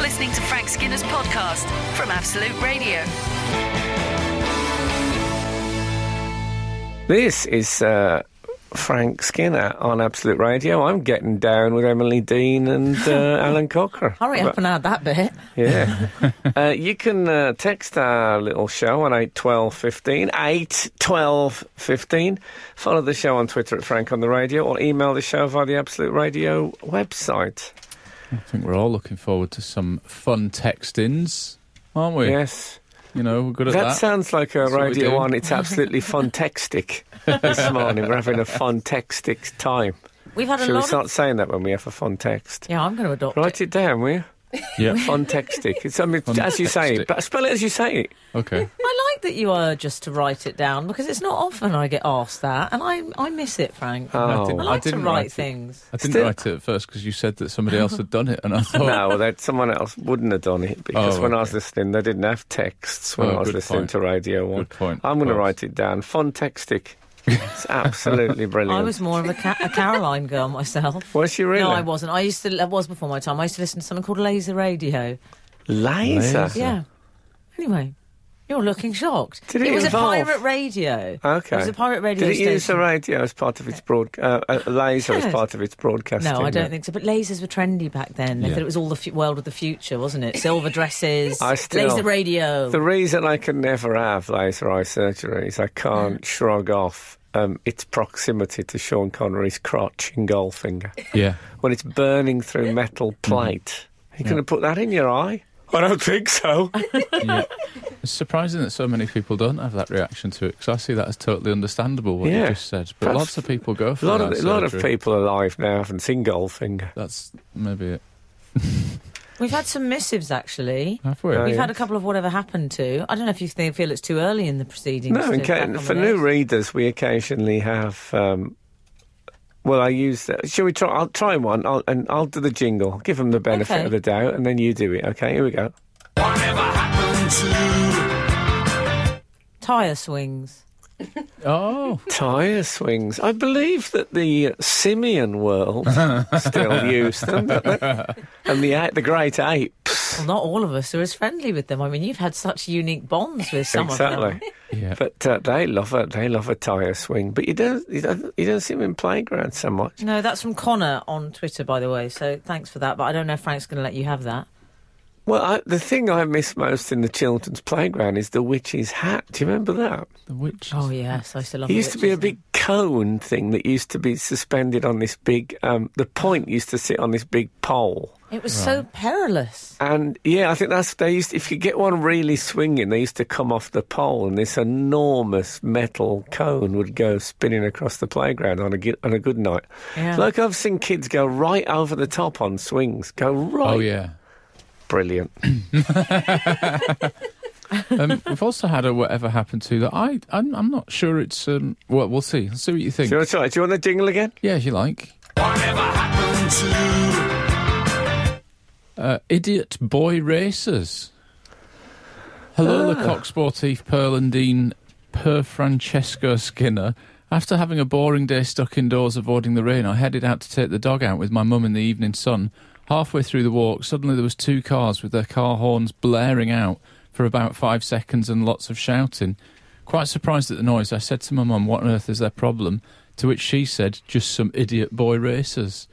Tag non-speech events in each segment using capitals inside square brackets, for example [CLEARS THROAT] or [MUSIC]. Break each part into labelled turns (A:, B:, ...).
A: listening to Frank Skinner's podcast from Absolute Radio.
B: This is uh, Frank Skinner on Absolute Radio. I'm getting down with Emily Dean and uh,
C: [LAUGHS]
B: Alan Cocker.
C: Hurry up and add that bit. [LAUGHS]
B: Yeah. uh, you can uh, text our little show on 8 12 15, 8 12 15. Follow the show on Twitter at Frank on the Radio or email the show via the Absolute Radio website.
D: I think we're all looking forward to some fun text-ins, aren't we?
B: Yes.
D: You know, we're good at
B: That
D: that.
B: sounds like a
D: what we
B: Radio
D: do.
B: 1. It's
D: [LAUGHS]
B: absolutely fantastic this morning. We're having a fantastic time.
C: We've had a
B: Should we
C: lot of.
B: start saying that when we have a fun text?
C: Yeah, I'm going to adopt
B: Write
C: it.
B: it down, will you?
D: yeah.
B: Fantastic. It's, I mean, as you say it,
D: Fantastic.
B: but spell it as you say it.
D: Okay.
C: I like that you urge us to write it down because it's not often I get asked that, and I I miss it, Frank.
B: Oh.
C: I
D: didn't-
C: like
D: I didn't
C: to write
D: write it.
C: things.
D: I didn't
B: Still-
D: write it at first because you said that somebody else had done it, and I
B: [LAUGHS]
D: thought,
B: No, well, that someone else wouldn't have done it because
D: Oh,
B: when I
D: okay.
B: was listening, they didn't have texts when
D: Oh,
B: I was
D: good
B: listening
D: point.
B: to Radio One.
D: Good point.
B: I'm going to
D: Well,
B: write it down.
D: [LAUGHS]
B: Fontextic. It's absolutely brilliant.
C: I was more of a, ca- a Caroline girl myself.
B: Was she really?
C: No, I wasn't. I used to. I was before my time. I used to listen to something called laser radio.
B: Laser.
D: Laser.
C: Yeah. Anyway, you're looking shocked.
B: Did it
C: was
B: involve-
C: a pirate radio.
B: Okay.
C: It was a pirate radio
B: Did it
C: station.
B: use the radio as part of its broadcast? Uh, uh, laser as
C: Yes.
B: part of its broadcasting.
C: No, I don't think so. But lasers were trendy back then. They
D: Yeah.
C: thought it was all the fu- world of the future, wasn't it? Silver
B: [LAUGHS]
C: dresses,
B: I still-
C: laser radio.
B: The reason I can never have laser eye surgery is I can't
C: [LAUGHS]
B: shrug off um, its proximity to Sean Connery's crotch in Goldfinger.
D: yeah,
B: when it's burning through
C: Mm-hmm.
B: metal plate. Are you going to put that in your eye? I don't think
C: [LAUGHS]
B: so.
D: it's surprising that so many people don't have that reaction to it because I see that as totally understandable what
B: Yeah.
D: you just said. But
B: That's-
D: lots of people go
B: a
D: for
B: lot
D: that
B: of, a lot of
D: surgery.
B: people alive now haven't seen Goldfinger.
D: That's maybe it.
C: We've had some missives actually.
D: Have we?
B: Oh,
C: We've
B: yeah.
C: had a couple of whatever happened to. I don't know if you think, feel it's too early in the proceedings.
B: No,
C: to
B: in
C: crack
B: ca-
C: on
B: for
C: with
B: new
C: it.
B: readers, we occasionally have. Um, well, I use. The, shall we try? I'll try one, I'll, and I'll do the jingle. Give them the benefit
C: Okay.
B: of the doubt, and then you do it. Okay, here we go.
C: Tire swings.
D: Oh,
B: Tire swings. I believe that the simian world still use them, don't they? and the a- the great apes.
C: Well, not all of us are as friendly with them. I mean, you've had such unique bonds with some of them.
B: exactly.
D: yeah.
B: But uh, they love it. They love a tire swing. But you don't, you don't, you don't see them in playgrounds so much.
C: No, that's from Connor on Twitter, by the way. So thanks for that. But I don't know if Frank's going to let you have that.
B: Well, I, the thing I miss most in the children's playground is the witch's hat. Do you remember that?
D: the witch.
C: Oh yes, I still love.
B: It
C: the
B: used to be a
C: witches,
B: big cone thing that used to be suspended on this big. Um, the point used to sit on this big pole.
C: though. It was so perilous.
B: And yeah, I think that's they used. If you get one really swinging, they used to come off the pole, and this enormous metal cone would go spinning across the playground on a gi- on a good night.
C: Yeah.
B: Like I've seen kids go right over the top on swings, go right.
D: Oh yeah.
B: Brilliant.
D: Um, we've also had a whatever happened to that. I I'm, I'm not sure it's. Um, well, we'll see. Let's see what you think.
B: Do you, want to try? Do you want the jingle again?
D: Yeah, if you like. Uh, idiot boy racers. Hello, Lecoq Sportif Pearl and Dean per Francesco Skinner. After having a boring day stuck indoors avoiding the rain, I headed out to take the dog out with my mum in the evening sun. Halfway through the walk, suddenly there was two cars with their car horns blaring out for about five seconds and lots of shouting. Quite surprised at the noise, I said to my mum, "What on earth is their problem?" To which she said, "Just some idiot boy racers."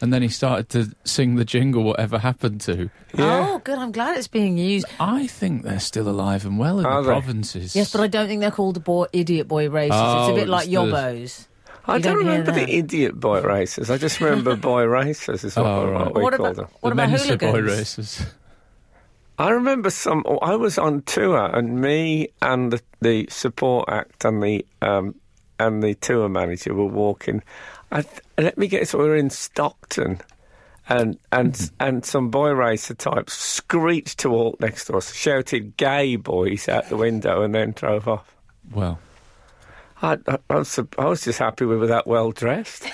D: And then he started to sing the jingle, whatever happened to.
C: Oh, good. I'm glad it's being used.
D: I think they're still alive and well in
B: Are
D: the
B: they?
D: provinces.
C: Yes, but I don't think they're called the boy, idiot boy races. it's
D: Oh,
C: a bit like
D: it's the-
C: yobbos.
B: I don't,
C: You don't hear
B: remember
C: that.
B: the idiot boy racers. I just remember boy racers is what,
D: Oh,
B: what
D: right.
B: we
C: What
B: call
C: about-
B: them.
C: What
D: the
C: about
D: Mensa boy
C: hooligans?
D: races.
B: I remember some. oh, I was on tour, and me and the, the support act and the um, and the tour manager were walking. I th- let me guess, we were in Stockton, and and and some boy racer types screeched to walk next to us, shouted "gay boys" out the window, and then drove off.
D: Well,
B: I, I, I, was, sup- I was just happy we were that well dressed.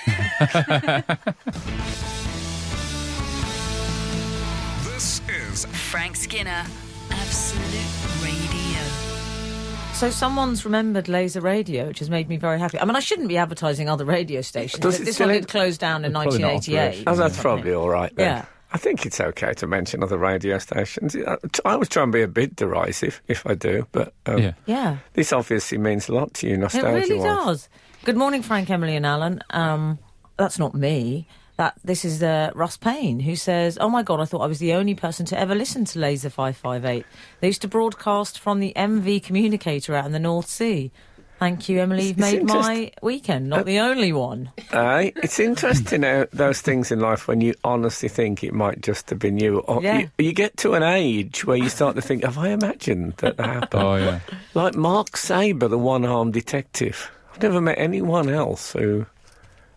E: This is
A: Frank Skinner, Absolute Radio.
C: So someone's remembered laser radio, which has made me very happy. I mean, I shouldn't be advertising other radio stations.
B: Does
C: but
B: it
C: this
B: still
C: one
B: in-
C: did close down in
D: Probably not
C: 1988.
B: Oh, that's probably all right then.
C: Yeah.
B: I think it's okay to mention other radio stations. I, I always try and be a bit derisive if I do, but um,
D: Yeah.
C: Yeah.
B: this obviously means a lot to you,
C: It
B: nostalgia
C: really
B: wise.
C: does. Good morning, Frank, Emily, and Alan. Um, that's not me. That this is uh, Russ Payne who says, "Oh my God, I thought I was the only person to ever listen to Laser Five Five Eight. They used to broadcast from the MV communicator out in the North Sea." Thank you, Emily. You've
B: It's-
C: made
B: it's
C: my weekend.
D: Uh,
C: Not the only one.
B: [LAUGHS] Aye, it's interesting how those things in life when you honestly think it might just have been you. Or
C: Yeah.
B: you, you get to an age where you start to think, have I imagined that that
D: [LAUGHS]
B: happened?
C: [LAUGHS]
D: Oh yeah.
B: Like Mark Saber, the one armed detective. I've never met anyone else who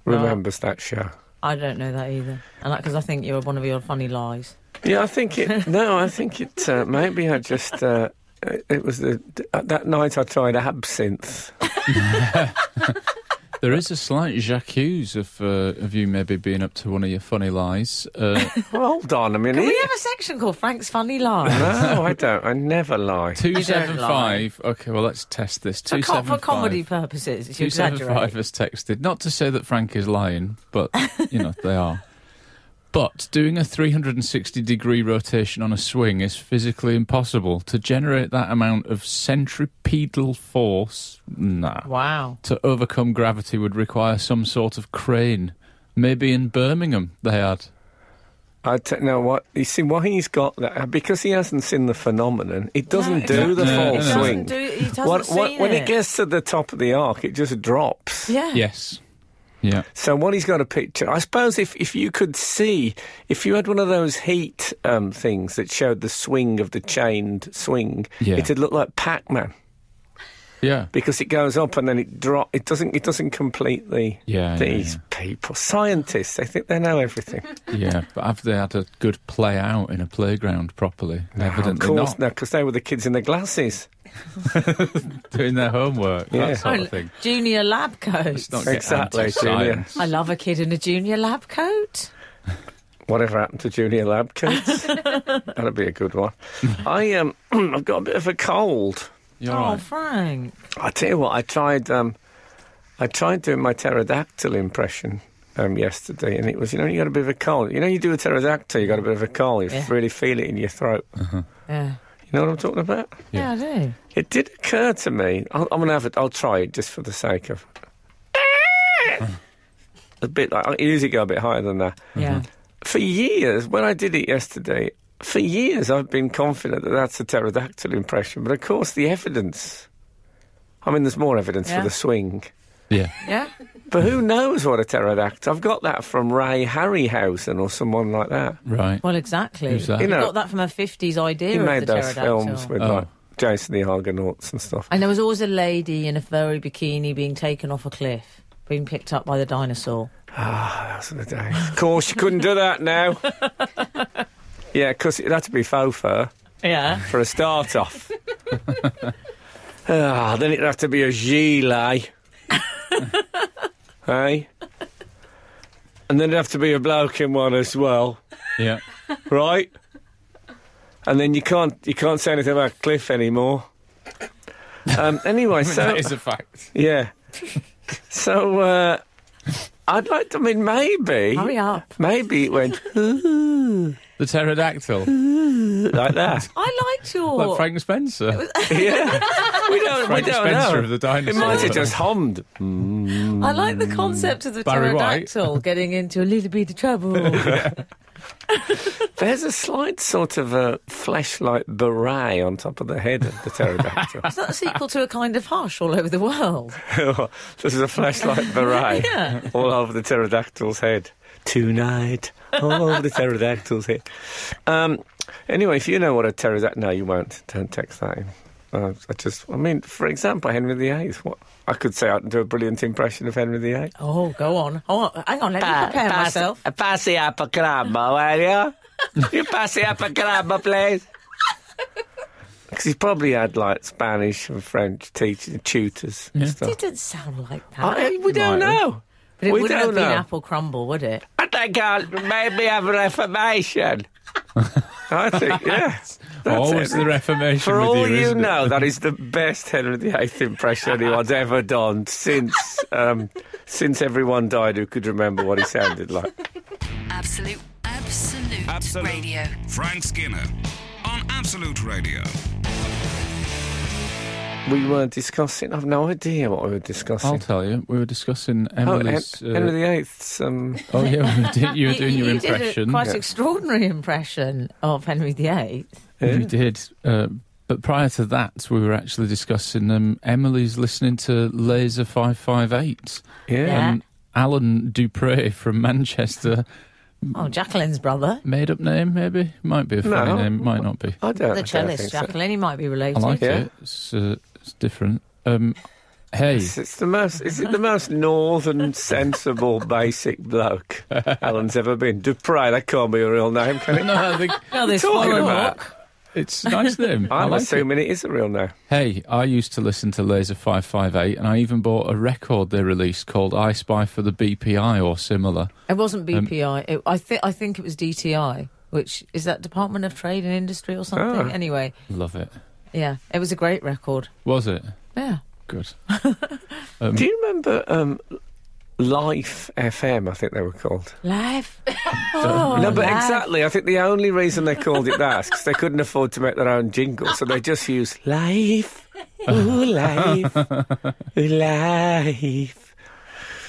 B: remembers that show.
C: I don't know that either, and because I think you're one of your funny lies.
B: Yeah, I think
C: [LAUGHS]
B: it. no, I think it. Uh, maybe I just. Uh, it was the uh, that night I tried absinthe.
D: There is a slight j'accuse of uh, of you maybe being up to one of your funny lies.
C: [LAUGHS]
D: Uh,
B: Well, hold on a minute.
C: Can we have a section called Frank's Funny Lies?
D: [LAUGHS]
B: no, I don't. I never lie.
D: two
C: You don't
D: seven
C: lie.
D: five. Okay, well let's test this.
C: for,
D: Two
C: co- for
D: seven
C: comedy
D: five.
C: purposes, it's
D: Two seven
C: exaggerating.
D: five has texted. Not to say that Frank is lying, but you know they are. But doing a 360 degree rotation on a swing is physically impossible. To generate that amount of centripetal force, nah.
C: Wow.
D: to overcome gravity would require some sort of crane. Maybe in Birmingham they had.
B: I don't know what you see. Why he's got that? uh, Because he hasn't seen the phenomenon. It doesn't
C: No,
B: do the full
D: exactly. No, no, no.
B: swing.
C: Doesn't do- he hasn't
B: What- what-
C: seen
B: when
C: it.
B: it gets to the top of the arc, it just drops.
C: Yeah.
D: Yes. Yeah.
B: So what he's got a picture. I suppose if, if you could see, if you had one of those heat um, things that showed the swing of the chained swing,
D: Yeah.
B: it'd look like Pac-Man
D: Yeah.
B: because it goes up and then it drop. It doesn't. It doesn't complete the.
D: Yeah, yeah,
B: these people, scientists, they think they know everything.
D: Yeah. But have they had a good play out in a playground properly?
B: of
D: Evidently
B: course,
D: not.
B: because they were the kids in the glasses.
D: [LAUGHS] Doing their homework,
B: Yeah.
D: that sort of thing.
C: Junior lab coat.
D: Let's not get
B: Exactly,
D: anti-science.
C: I love a kid in a junior lab coat.
B: Whatever happened to Junior Lab kids? That'd be a good one. I um, [CLEARS THROAT] I've got a bit of a cold.
D: You're
C: oh,
D: right.
C: Frank.
B: I tell you what, I tried um, I tried doing my pterodactyl impression um, yesterday, and it was you know you got a bit of a cold. You know you do a pterodactyl, you got a bit of a cold. You
C: Yeah.
B: really feel it in your throat.
C: Yeah.
B: You know what I'm talking about?
C: Yeah,
D: Yeah.
C: I do.
B: It did occur to me. I'll, I'm gonna have it. I'll try it just for the sake of. A bit like I usually go a bit higher than that.
D: Mm-hmm.
C: Yeah.
B: for years, when I did it yesterday, for years I've been confident that that's a pterodactyl impression. But of course, the evidence. I mean, there's more evidence
C: Yeah.
B: for the swing.
D: Yeah.
C: Yeah.
B: But who knows what a pterodactyl? I've got that from Ray Harryhausen or someone like that.
D: Right.
C: Well, exactly.
D: Who's that?
C: You
B: You know-
C: got that from a 50s idea
B: He
C: of
B: made
C: the
B: those
C: pterodactyl.
B: films with
D: Oh.
B: like Jason the Argonauts and stuff.
C: And there was always a lady in a furry bikini being taken off a cliff, being picked up by the dinosaur.
B: That's the day. Of course, you couldn't do that
C: [LAUGHS]
B: now. yeah, because it'd have to be faux fur.
C: Yeah.
B: for a start off. [LAUGHS] ah, then it'd have to be a [LAUGHS] gilet. hey? And then it'd have to be a bloke in one as well,
D: [LAUGHS] Yeah.
B: right? And then you can't you can't say anything about Cliff anymore.
D: [LAUGHS]
B: Um, anyway, so
D: that is a fact.
B: yeah, so uh, I'd like to. I mean, maybe
C: Hurry up.
B: maybe it went
D: The pterodactyl.
B: like that.
C: I liked
D: like
C: your.
D: Frank Spencer.
B: yeah, we don't
D: Frank
B: we don't
D: Spencer
B: know.
D: of the
B: it
D: dinosaurs.
B: might have
D: [LAUGHS]
B: just hummed.
D: Mm.
C: I like the concept of the
D: Barry White.
C: pterodactyl getting into a little bit of
D: [LAUGHS]
C: trouble.
B: There's a slight sort of a flashlight beret on top of the head of the pterodactyl. [LAUGHS]
C: Is that a sequel to a kind of hush all over the world?
B: this is a flashlight beret
C: [LAUGHS] Yeah.
B: all over the pterodactyl's head. Tonight, all over the pterodactyl's head. Um, anyway, if you know what a pterodactyl... No, you won't. Don't text that in. Uh, I just... I mean, for example, Henry VIII. What, I could say I can do a brilliant impression of Henry VIII.
C: Oh, go on. Oh, hang on, let me prepare myself.
B: Pass the apple crabba,
C: [LAUGHS]
B: will you? you pass the apple crabba, please. Because he probably had like Spanish and French teachers, tutors, and stuff.
C: It didn't sound like that.
B: I, we don't
D: Might have.
B: know.
C: but it
B: we
C: wouldn't
B: don't
C: have been
B: know.
C: apple crumble, would it?
B: I think I'll maybe have a
D: [LAUGHS]
B: reformation. I think, yeah. That's
D: Always
B: it.
D: the Reformation.
B: For
D: with
B: all
D: you,
B: you
D: isn't it?
B: know,
D: [LAUGHS]
B: that is the best Henry VIII impression anyone's ever done since um, since everyone died who could remember what he sounded like.
A: Absolute, absolute Absolute,
E: Absolute.
A: Radio.
E: Frank Skinner on Absolute Radio.
B: We were discussing. I've no idea what we were discussing.
D: I'll tell you. We were discussing
B: oh, Hen-
D: Emily's. uh,
B: Henry VIII's. Um,
D: [LAUGHS] oh yeah, we were do- you
C: [LAUGHS]
D: were
C: You-
D: doing
C: you
D: your
C: did a
D: impression.
C: quite
B: Yeah.
C: extraordinary impression of Henry VIII.
D: You did. Uh, but prior to that, we were actually discussing um, Emily's listening to Laser 558.
B: yeah.
C: Yeah.
D: And Alan Dupre from Manchester,
C: Oh, Jacqueline's brother,
D: made up name maybe? Might be a funny
B: No.
D: name, might not be.
B: I don't. I
C: the
B: don't
C: cellist
B: think so.
C: Jacqueline. He might be
D: I
C: related.
D: like
B: Yeah.
D: it. It's, uh, it's different. Um,
B: [LAUGHS]
D: hey,
B: It's, it's the most. Is it the
C: [LAUGHS]
B: most northern, sensible, basic bloke Alan's ever been? Dupre. That can't be a real name, can it?
D: no, I think
C: No, this
B: Talking
C: foreign
B: about-
C: hawk.
D: it's a nice name.
B: [LAUGHS]
D: I
B: I'm
D: like it.
B: assuming it is a real name.
D: Hey, I used to listen to Laser 558, and I even bought a record they released called I Spy for the BPI or similar.
C: It wasn't
B: um,
C: BPI. It, I think I think it was DTI, which is that Department of Trade and Industry or something.
B: Oh.
C: Anyway,
D: Love it.
C: yeah, it was a great record.
D: Was it?
C: Yeah.
B: [LAUGHS]
D: Good.
B: Do you remember um, Life FM? I think they were called. [LAUGHS]
C: Live. Oh,
B: no, but
C: live.
B: exactly. I think the only reason they called it that is 'cause they couldn't afford to make their own jingle, so they just used life, ooh life, ooh life,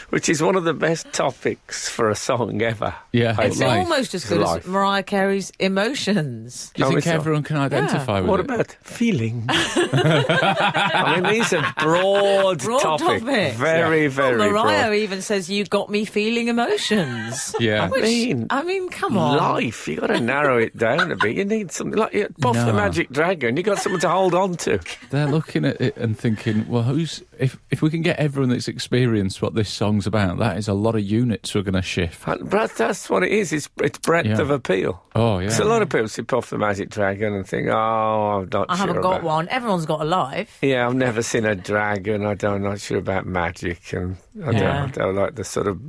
B: which is one of the best topics for a song ever. I
D: Yeah. but
C: It's
B: think.
D: live.
C: almost as good
B: Live.
C: as Mariah Carey's Emotions.
D: Do you
B: Oh,
D: think
B: it's not.
D: everyone can identify with
B: What
D: it?
B: about feelings? I mean, these are broad,
C: Broad
B: topic,
C: topics.
B: very, very
C: Mariah
B: broad.
C: even says, "You got me feeling
B: [LAUGHS]
C: emotions."
D: Yeah.
B: I mean,
C: I mean, come on.
B: life. You got to narrow it down a bit. You need something like yeah, Buff the
D: No.
B: Magic Dragon. You got something to hold on to.
D: They're looking at it and thinking, well, who's if if we can get everyone that's experienced what this song's about, that is a lot of units we're going to shift.
B: And But that's what it is. It's it's breadth
D: Yeah.
B: of appeal.
D: Oh yeah,
B: So a lot of people see Puff the Magic Dragon and think, oh, I'm not
C: I
B: sure
C: haven't got
B: about-
C: one. Everyone's got a life.
B: Yeah, I've never seen a dragon. I don't, I'm not sure about magic, and I,
C: Yeah.
B: don't, I don't like the sort of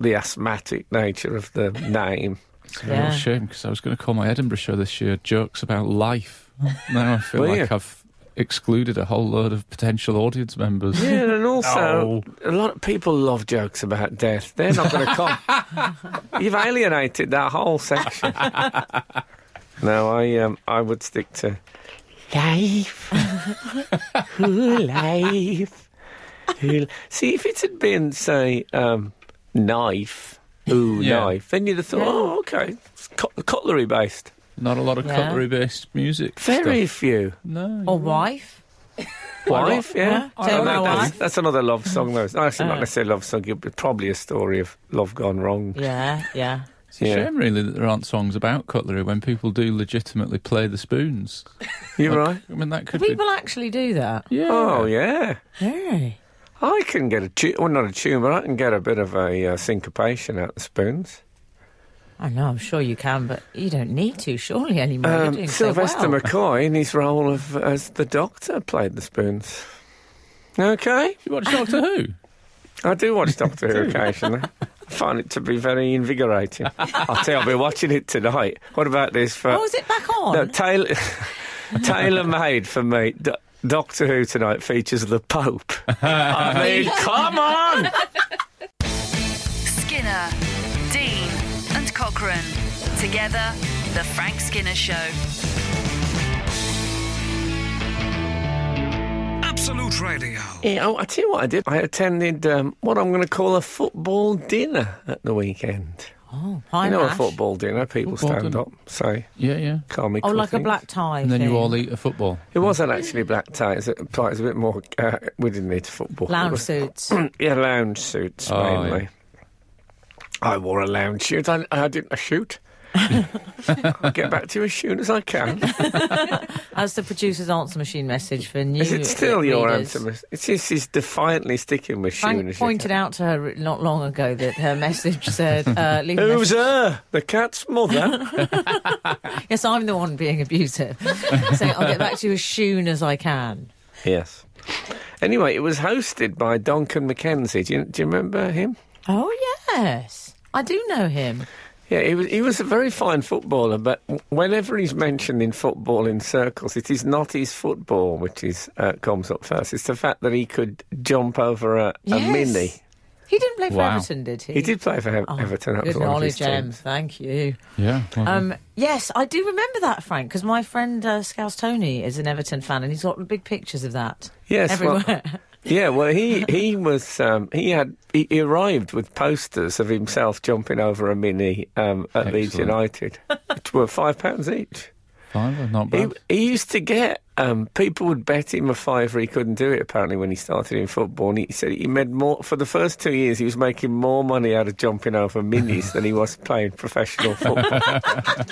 B: the asthmatic nature of the name.
D: it's a real
C: Yeah.
D: shame because I was going to call my Edinburgh show this year jokes about
B: [LAUGHS]
D: life. now I feel
B: Were
D: like
B: you?
D: I've excluded a whole load of potential audience members.
B: Yeah, and also a lot of people love jokes about death. They're not going to come. You've alienated that whole section. no, I um, I would stick to life, Ooh, life. Ooh. See, if it had been say um, knife, ooh
D: Yeah.
B: knife, then you'd have thought, oh, okay, it's cut- cutlery based.
D: Not a lot of
C: Yeah.
D: cutlery-based music.
B: Very Oh.
D: stuff.
B: few.
D: no.
B: Mm.
C: Or wife.
B: Wife, yeah.
C: Yeah, Take
B: Oh,
C: My
B: no, that's,
C: Wife.
B: that's another love song, though. It's not- actually
C: Uh.
B: not necessarily a love song. It'd be probably a story of love gone wrong.
C: Yeah, yeah.
D: It's a
B: Yeah.
D: shame, really, that there aren't songs about cutlery when people do legitimately play the spoons.
B: You're right.
D: I mean, that could
C: People actually do that.
D: be. Yeah.
B: Oh, yeah.
C: Hey.
B: I can get a tu- well, not a tune, but I can get a bit of a uh, syncopation out the spoons.
C: I know, I'm sure you can, but you don't need to, surely, anymore. You're doing so
B: Um, Sylvester
C: well.
B: McCoy, in his role of as the Doctor, played the spoons. Okay,
D: You watch Doctor Who?
B: I do [LAUGHS] watch Doctor Who occasionally. I find it to be very [LAUGHS] invigorating. I'll tell you, I'll be watching it tonight. What about this for?
C: Oh, is it back on?
B: No, tailor, [LAUGHS] tailor made for me. Do- Doctor Who tonight features the
C: [LAUGHS]
B: Pope. I mean, come on!
A: Skinner, Dean, and Cochrane. Together, The Frank Skinner Show.
E: Absolute Radio.
B: Yeah, oh, I tell you what I did. I attended um, what I'm going to call a football dinner at the weekend.
C: oh, pie
B: you know,
C: mash.
B: a football dinner. People
D: Football
B: stand
D: dinner.
B: up, say,
D: Yeah, yeah.
B: "Call me."
C: Oh,
B: cool
C: like a
B: things.
C: black tie.
D: And then you
C: thing.
D: all eat a football.
B: It wasn't actually black tie. It was a, it was a bit more. Uh, we didn't need football. It
C: Lounge
B: was- [CLEARS THROAT]
C: suits.
B: [LAUGHS] yeah, lounge suits
D: Oh,
B: mainly.
D: yeah.
B: I wore a lounge suit. I, I didn't a
C: [LAUGHS]
B: shoot. I'll get back to you as soon as I can.
C: As the producer's answer machine message for new.
B: Is it still your
C: readers.
B: anthem? It's just he's defiantly sticking with
C: Frank
B: shoon as you
C: pointed out to her not long ago that her message said,
B: [LAUGHS]
C: uh, leave a
B: can. Who's
C: message-
B: her? The cat's
C: [LAUGHS]
B: mother.
C: Yes, I'm the one being abusive.
B: [LAUGHS]
C: Saying, I'll get back to you as soon as I can.
B: yes. Anyway, it was hosted by Duncan Mackenzie. Do you, do you remember him?
C: Oh, yes. I do know him.
B: Yeah, he was, he was a very fine footballer, but whenever he's mentioned in footballing circles, it is not his football which is uh, comes up first. It's the fact that he could jump over a, a
C: Yes.
B: mini.
C: He didn't play for
D: Wow.
C: Everton, did he?
B: He did play for Hem-
C: Oh,
B: Everton. That was
C: Good
B: one of his
C: knowledge, Em.
B: teams.
C: Thank you.
D: Yeah. well done.
C: Um, yes, I do remember that, Frank, because my friend uh, Scouse Tony is an Everton fan, and he's got big pictures of that
B: Yes, well-
C: everywhere.
B: [LAUGHS]
C: [LAUGHS]
B: Yeah, well, he he was um, he had he, he arrived with posters of himself jumping over a mini um, at Leeds
D: Excellent.
B: United, which were five pounds each.
D: Fine, not
B: He,
D: bad.
B: he used to get um, people would bet him a fiver he couldn't do it. Apparently, when he started in football, and he said he made more for the first two years. He was making more money out of jumping over minis than he was playing professional
C: [LAUGHS]
B: football. but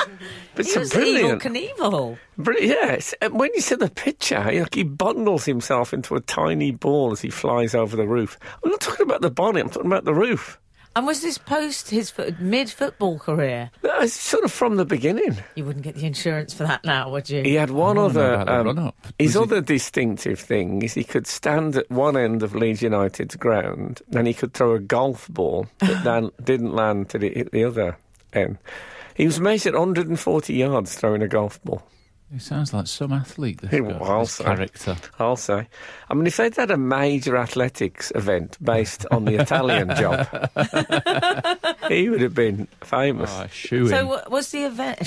B: it's
C: he
B: a
C: was
B: brilliant.
C: evil Knievel.
B: Br- Yes, and uh, when you see the picture, he- like, he bundles himself into a tiny ball as he flies over the roof. I'm not talking about the bonnet, I'm talking about the roof.
C: And was this post his fo- mid football career?
B: No, It's sort of from the beginning.
C: You wouldn't get the insurance for that now, would you?
B: He had one
D: wanna know
B: other. um,
D: about the run-up.
B: his
D: Was he-
B: other distinctive thing is he could stand at one end of Leeds United's ground and he could throw a golf ball
D: [LAUGHS]
B: that then didn't land till it hit the other end. He was measured 140 yards throwing a golf ball.
D: He sounds like some athlete. This,
B: He
D: guy,
B: was,
D: this
B: eh?
D: character.
B: I'll say. I mean, if they'd had a major athletics event based on the
D: [LAUGHS]
B: Italian job, he would have been famous.
D: Ah, shoeing.
C: So wa- was the event [LAUGHS]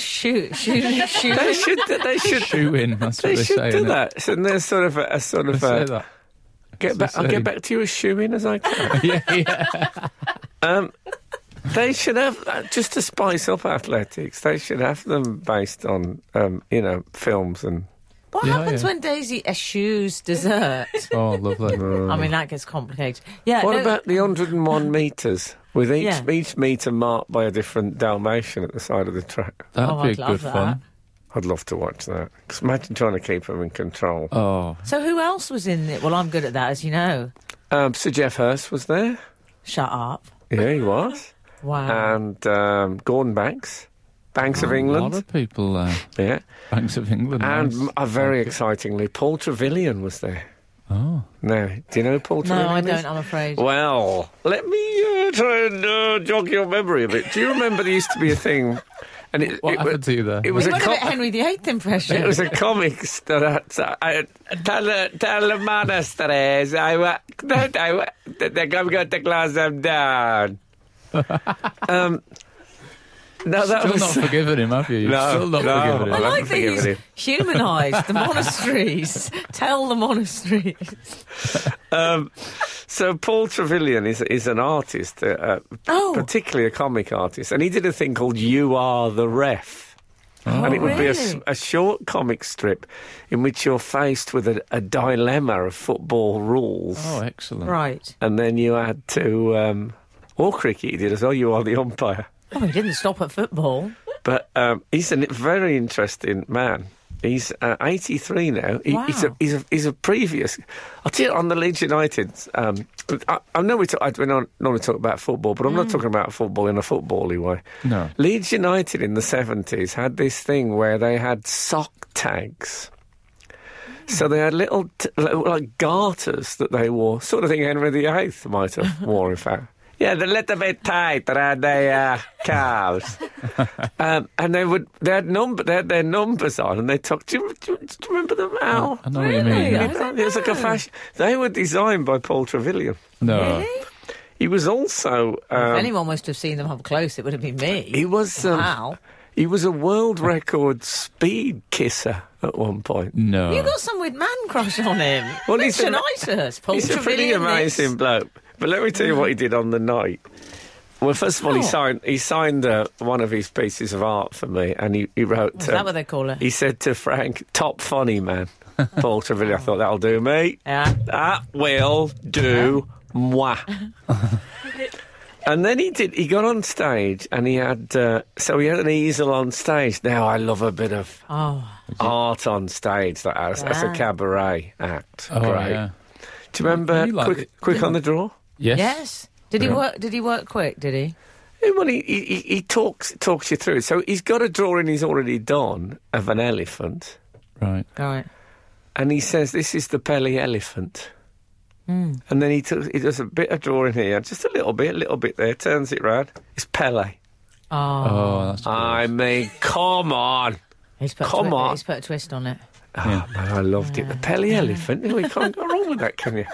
B: [LAUGHS]
C: shoot shoot
B: They
C: shoot?
B: should. They should.
D: shoeing. That's
B: They
D: what they say.
B: should do
D: innit?
B: that. So there's sort of a, a sort
D: They
B: of
D: say
B: a,
D: that.
B: get back. I'll
D: insane.
B: get back to you as shoeing as I
D: [LAUGHS]
B: can.
D: yeah, yeah.
B: they should have uh, just to spice up athletics. They should have them based on um, you know films and
C: What
D: Yeah,
C: happens
D: yeah.
C: when Daisy eschews dessert?
D: Oh, lovely.
B: Mm.
C: I mean, that gets complicated. Yeah.
B: What
C: no-
B: about the 101 metres? With each,
C: Yeah.
B: each metre marked by a different Dalmatian at the side of the track.
D: That'd
C: Oh,
D: be
C: I'd
D: a
C: love
D: good
C: that.
D: fun.
B: I'd love to watch that. 'Cause imagine trying to keep him in control.
D: Oh,
C: So who else was in it? Well, I'm good at that, as you know.
B: Um, Sir Jeff Hurst was there.
C: Shut up.
B: Yeah, he was.
C: Wow.
B: and um, Gordon Banks. Banks of
D: a lot
B: England.
D: of people there.
B: Yeah.
D: Banks of England.
B: And
D: nice.
B: m- uh, very excitingly, Paul Trevelyan was there.
D: Oh,
B: Now, do you know who Paul
C: no,
B: Trevelyan?
C: I
B: is?
C: don't. I'm afraid.
B: Well, let me uh, try and uh, jog your memory a bit. Do you remember there used to be a thing? And it,
D: what
B: it, wa-
D: happened to you there?
B: it was
C: He
B: a
C: would have
B: cop.
C: a Henry VIII impression.
B: It was a comic strip. Telemonasteries. I wa- that I wa- that they come got the glass them
D: [LAUGHS]
B: down. Um, no, that
D: Still
B: was [LAUGHS]
D: not forgiven him, have you? You've
B: No,
D: still not
B: no.
D: forgiven
C: I
D: him.
B: Well,
C: like that
B: Forgive
C: he's
B: it.
C: humanised
B: [LAUGHS]
C: the monasteries. Tell the monasteries.
B: um, so. Paul Trevelyan is is an artist, uh, uh,
C: Oh.
B: particularly a comic artist, and he did a thing called "You Are the Ref." oh, and it would be a s-
C: Oh, really?
B: a, short comic strip in which you're faced with a, a dilemma of football rules.
D: Oh, excellent.
C: Right.
B: and then you had to um, or cricket he did as well. You are the umpire,
C: Oh, he didn't stop at football.
B: but um, he's a very interesting man. He's uh, 83 now. He, He's a
C: Wow.
B: he's a, he's a previous. I'll tell you on the Leeds United. Um, I, I know we talk, I, we don't normally talk about football, but I'm not talking about football in a footbally way.
D: No.
B: Leeds United in the 70s had this thing where they had sock tags. So they had little, t- little, like garters that they wore, sort of thing Henry VIII might have
D: [LAUGHS]
B: worn, in fact. Yeah, they're a little bit tight around their uh,
D: [LAUGHS]
B: calves. um, and they would, they had, number, they had their numbers on and they took, do you, do you- do you remember them, Al?
D: I know what you
C: Really?
D: mean.
C: I
D: yeah.
C: don't
B: It was like a
C: know.
B: fashion. They were designed by Paul Trevelyan.
D: No.
C: Really?
B: He was also.
C: if
B: Uh, Um,
C: anyone was to have seen them up close, it would have been me.
B: he was. Um,
C: wow.
B: He was a world record speed kisser at one point.
D: No.
C: You got some with man crush on him.
B: [LAUGHS] Well,
C: Well,
B: he's
C: he's
B: a-
C: Paul
B: He's a pretty
C: Trevelyan this.
B: amazing bloke. But let me tell you what he did on the night. Well, first of all, he
C: Oh.
B: signed he signed uh, one of his pieces of art for me, and he, he wrote. uh,
C: Is that what they call it?
B: He said to Frank, "Top funny
C: [LAUGHS]
B: man, Paul Trevelyan." I thought that'll do, mate.
C: Yeah.
B: That will do,
C: [LAUGHS]
B: moi. And then he did. He got on stage, and he had uh, so he had an easel on stage. Now I love a bit of
C: Oh,
B: art on stage like that. That's a
C: Yeah.
B: cabaret act.
D: Oh,
B: Great.
D: yeah.
B: Do you remember
D: You like
B: Quick,
D: it.
B: quick on the Draw?
D: Yes.
C: yes. Did he work? Did he work quick? Did he?
B: Yeah, Well, he, he, he- he talks talks you through. it. So he's got a drawing he's already done of an elephant,
D: Right.
C: Right.
B: and he says, "This is the belly elephant." And then he, took, he does a bit of drawing here, just a little bit, a little bit there, turns it round. It's Pele.
C: Oh,
B: Uh,
D: Oh, that's
B: I mean, come on.
C: he's put. a
B: come
C: twi-
B: on.
C: He's put a twist on it.
B: Ah, Oh, man, I loved it. The Pelly elephant. You can't go wrong with that, can you?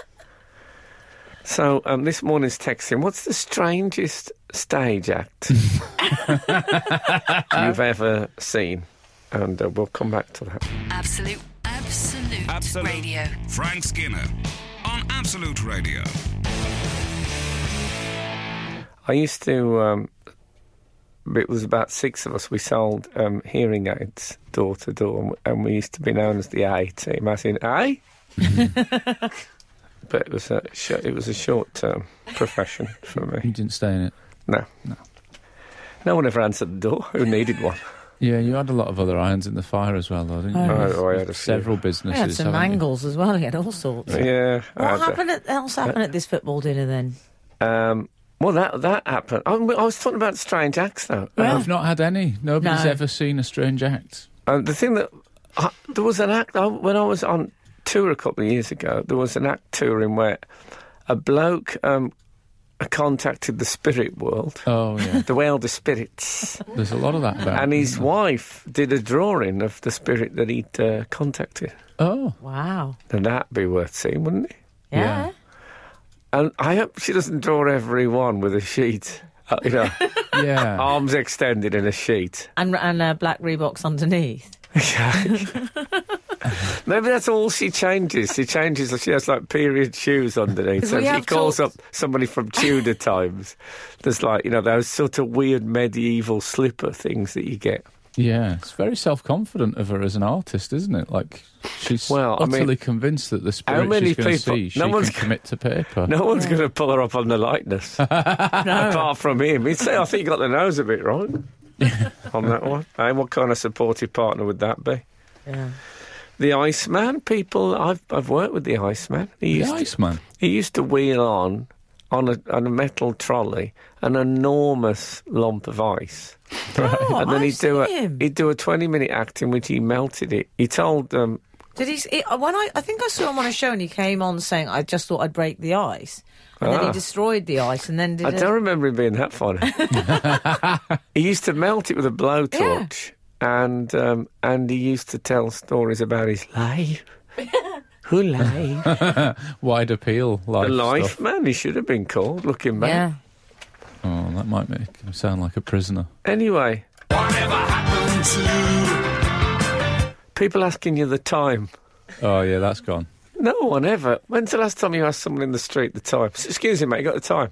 B: So um, this morning's texting. What's the strangest stage act you've ever seen? And uh, we'll come back to that.
A: Absolute, absolute,
E: Absolute.
A: radio.
E: Frank Skinner on Absolute Radio.
B: I used to. Um, it was about six of us. We sold um, hearing aids door to door, and- and we used to be known as the A team. As in A. [LAUGHS] but it was a sh- it was a short term profession for
D: You
B: me.
D: didn't stay in it.
B: No, no. No one ever answered the door who needed one.
D: Yeah, you had a lot of other irons in the fire as well, though, didn't you?
B: Oh,
D: You've-
B: I had
D: you've
B: a few.
D: several
C: He
D: businesses.
C: had some
D: haven't you?
C: angles as well. He had all sorts.
B: Yeah. I
C: What
B: had a-
C: happened at, else happened at this football dinner then?
B: Um, well, that that happened. I, I was talking about strange acts, though.
C: Well-
D: I've not had any. Nobody's
C: No.
D: ever seen a strange act.
B: Um, the thing that I, there was an act I, when I was on tour a couple of years ago. There was an act touring where a bloke um, contacted the spirit world,
C: [LAUGHS]
D: Oh yeah,
B: the world of spirits,
D: there's a lot of that about.
B: and his wife did a drawing of the spirit that he'd uh, contacted.
D: oh,
C: Wow.
B: And that'd be worth seeing, wouldn't it?
C: Yeah.
D: Yeah.
B: And I hope she doesn't draw everyone with a sheet, uh, you
C: [LAUGHS]
B: know,
D: yeah.
B: arms extended in a sheet. [LAUGHS]
C: And and uh, black Reeboks underneath.
B: Maybe that's all she changes. She changes. She has like period shoes underneath.
C: 'Cause
B: So
C: we
B: she
C: have
B: calls
C: talked-
B: up somebody from Tudor times. There's like you know those sort of weird medieval slipper things that you get.
D: Yeah, it's very self-confident of her as an artist, isn't it? Like she's
B: Well, I mean-
D: utterly convinced that the spirit
B: many
D: she's going to
B: people-
D: see, she
B: no
D: can
B: one's- [LAUGHS]
D: commit to paper.
B: No one's going to pull her up on the likeness,
C: [LAUGHS]
B: apart from him. He'd say, "I think you got the nose a bit
C: [LAUGHS]
B: wrong on that one." And what kind of supportive partner would that be?
C: Yeah.
B: The Iceman people. I've I've worked with the Iceman. He
D: The
B: used to-
D: Iceman.
B: He used to wheel on on a, on a metal trolley an enormous lump of ice, [LAUGHS]
C: Oh,
B: and then
C: I've
B: he'd do a
C: seen him.
B: he'd do a twenty minute act in which he melted it. He told um, them,
C: Did he? s- It, when I, I think I saw him on a show and he came on saying, "I just thought I'd break the ice," and then
B: Ah.
C: he destroyed the ice, and then did.
B: I
C: a-
B: don't remember him being that
C: [LAUGHS]
B: funny. he used to melt it with a blowtorch, and um, and he used to tell stories about his life. Who [LAUGHS] life?
D: Wide appeal, life.
B: The life
D: stuff.
B: man. He should have been called. Looking back.
C: yeah.
D: Oh, that might make him sound like a prisoner.
B: Anyway,
E: Whatever happened to
B: people asking you the time.
D: Oh yeah, that's gone.
B: No one ever. When's the last time you asked someone in the street the time? S- Excuse me, mate, you got the time?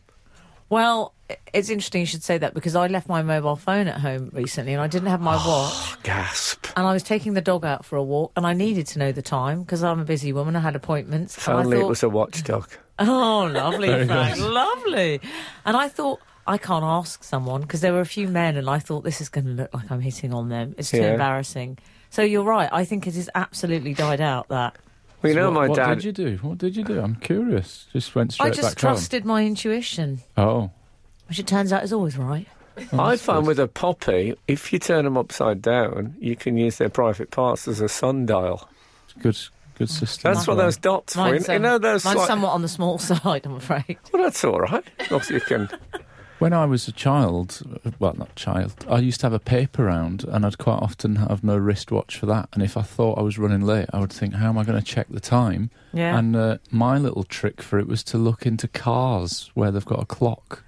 C: Well, i- it's interesting you should say that because I left my mobile phone at home recently and I
B: [GASPS]
C: didn't have my watch,
B: Gasp.
C: and I was taking the dog out for a walk, and I needed to know the time because I'm a busy woman. I had appointments.
B: If
C: and Oh, I
B: only it
C: thought-
B: was a watchdog.
C: [LAUGHS] Oh, lovely, Frank. Lovely. And I thought, I can't ask someone because there were a few men, and I thought this is going to look like I'm hitting on them. It's too
B: Yeah.
C: embarrassing. So you're right. I think it has absolutely died out that.
B: Well, you know,
D: what,
B: my
D: what
B: dad.
D: did you do? What did you do? I'm curious. Just went straight
C: I just
D: back
C: trusted my intution,
D: home.
C: which it turns out is always right.
D: Oh,
B: I
D: that's
B: found
D: good.
B: with a poppy, if you turn them upside down, you can use their private parts as a sundial.
D: good, good system.
B: That's
D: as
B: what
D: well.
B: those dots for. You
C: Mine's,
B: know- you know
C: um,
B: those.
C: mine's
B: like-
C: somewhat on the small [LAUGHS] side, I'm afraid.
B: Well, that's all right. Look, you can.
D: When I was a child, well, not child, I used to have a paper round, and I'd quite often have no wristwatch for that. And if I thought I was running late, I would think, how am I going to check the time?
C: Yeah.
D: And uh, my little trick for it was to look into cars where they've got a clock.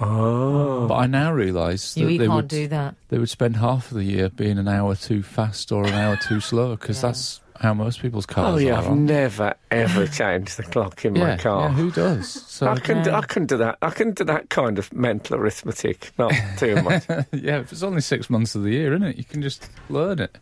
B: Oh,
D: But I now realise
C: You
D: that
C: we
D: they
C: can't
D: would,
C: do that.
D: they would spend half of the year being an hour too fast or an hour too slow, because that's how most people's cars
B: oh yeah.
D: are.
B: I've
D: aren't they?
B: never ever changed the clock in my
D: yeah,
B: car.
D: yeah, who
B: [LAUGHS]
D: does? So
B: I can, do,
C: No.
B: I can do that. I can do that kind of mental arithmetic. Not too much.
D: yeah, if it's only six months of the year, isn't it? You can just learn it.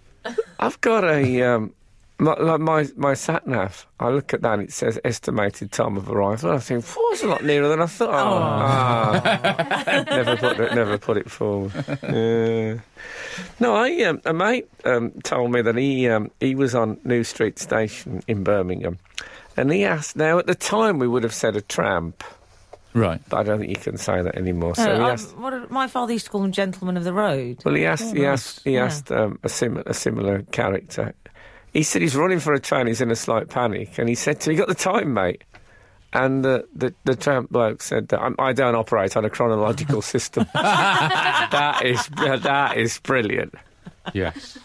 B: I've got a um, my, like my my sat nav. I look at that and it says estimated time of arrival. And I think, "Phew, it's a lot nearer than I thought. Oh, ah." never put it, never put it forward. Yeah. No, I um, a mate um, told me that he um, he was on New Street Station in Birmingham, and he asked. Now at the time we would have said a tramp,
D: Right.
B: but I don't think you can say that anymore. So
C: No,
B: he
C: I'm-
B: asked.
C: what are- my father used to call them gentlemen of the road.
B: Well, he asked, he
D: nice.
B: asked, he
C: Yeah.
B: asked um, a, sim- a similar character. He said he's running for a train. He's in a slight panic, and he said to him, "You got the time, mate." And the the, the tramp bloke said, that, "I'm- "I don't operate on a
C: [LAUGHS]
B: chronological system." that is that is brilliant.
D: Yes.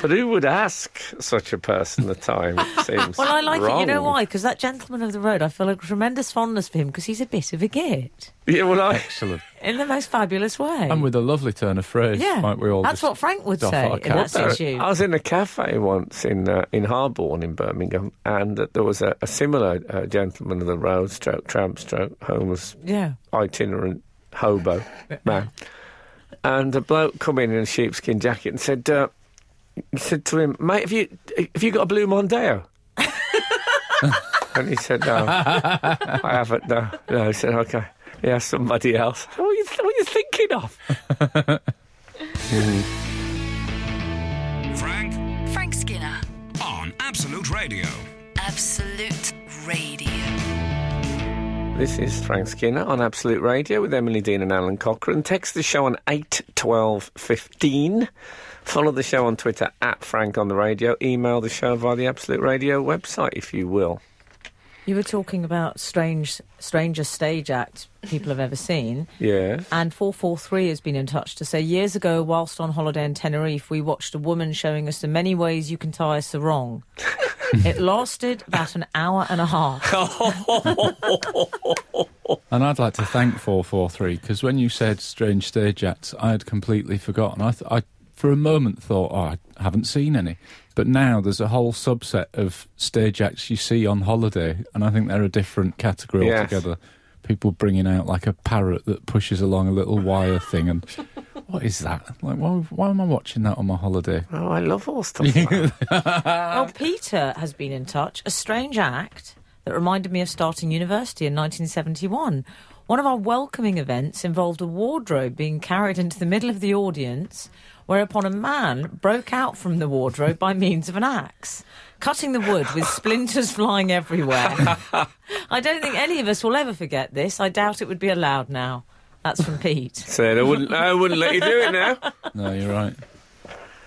B: But who would ask such a person the time?
C: [LAUGHS]
B: It seems.
C: Well, I like it. You know
B: wrong.
C: why? Because that gentleman of the road, I feel a tremendous fondness for him because he's a bit of a git
B: Yeah, well, I.
D: Excellent.
C: in the most fabulous way.
D: And with a lovely turn of phrase,
C: yeah,
D: might we all?
C: that's
D: just
C: what Frank would
D: doff
C: say
D: our
C: in that
D: caps?
B: Uh,
C: situation.
B: I was in a cafe once in uh, in Harborne in Birmingham, and uh, there was a, a similar uh, gentleman of the road, stroke tramp, stroke homeless,
C: Yeah.
B: itinerant hobo man, and a bloke come in in a sheepskin jacket and said, uh, he said to him, "Mate, have you have you got a blue Mondeo?" and he said, "No, I haven't. No, no." He said, "Okay." Yeah, somebody else. What are you, what are you thinking of?
E: Frank
A: Frank Skinner,
E: on Absolute Radio.
A: Absolute Radio.
B: This is Frank Skinner on Absolute Radio with Emily Dean and Alan Cochrane. Text the show on 81215. Follow the show on Twitter at Frank on the Radio. Email the show via the Absolute Radio website if you will.
C: You were talking about strange, strangest stage acts people have ever seen.
B: Yes.
C: And 443 has been in touch to say years ago, whilst on holiday in Tenerife, we watched a woman showing us the many ways you can tie
B: [LAUGHS]
C: a sarong. it lasted about an hour and a half.
D: And I'd like to thank 443 because when you said strange stage acts, I had completely forgotten. I, th- I for a moment thought, oh, I haven't seen any. But now there's a whole subset of stage acts you see on holiday, and I think they're a different category
B: Yes.
D: altogether. People bringing out like a parrot that pushes along a little wire thing, and [LAUGHS] what is that? Like, why, why am I watching that on my holiday?
B: Oh, I love all stuff. [LAUGHS] like that.
C: well, Oh, Peter has been in touch. A strange act that reminded me of starting university in 1971. One of our welcoming events involved a wardrobe being carried into the middle of the audience, whereupon a man broke out from the wardrobe by means of an axe, cutting the wood with splinters [LAUGHS] flying everywhere. I don't think any of us will ever forget this. I doubt it would be allowed now. That's from Pete.
B: Said I wouldn't. I wouldn't let you do it now.
D: No, you're right.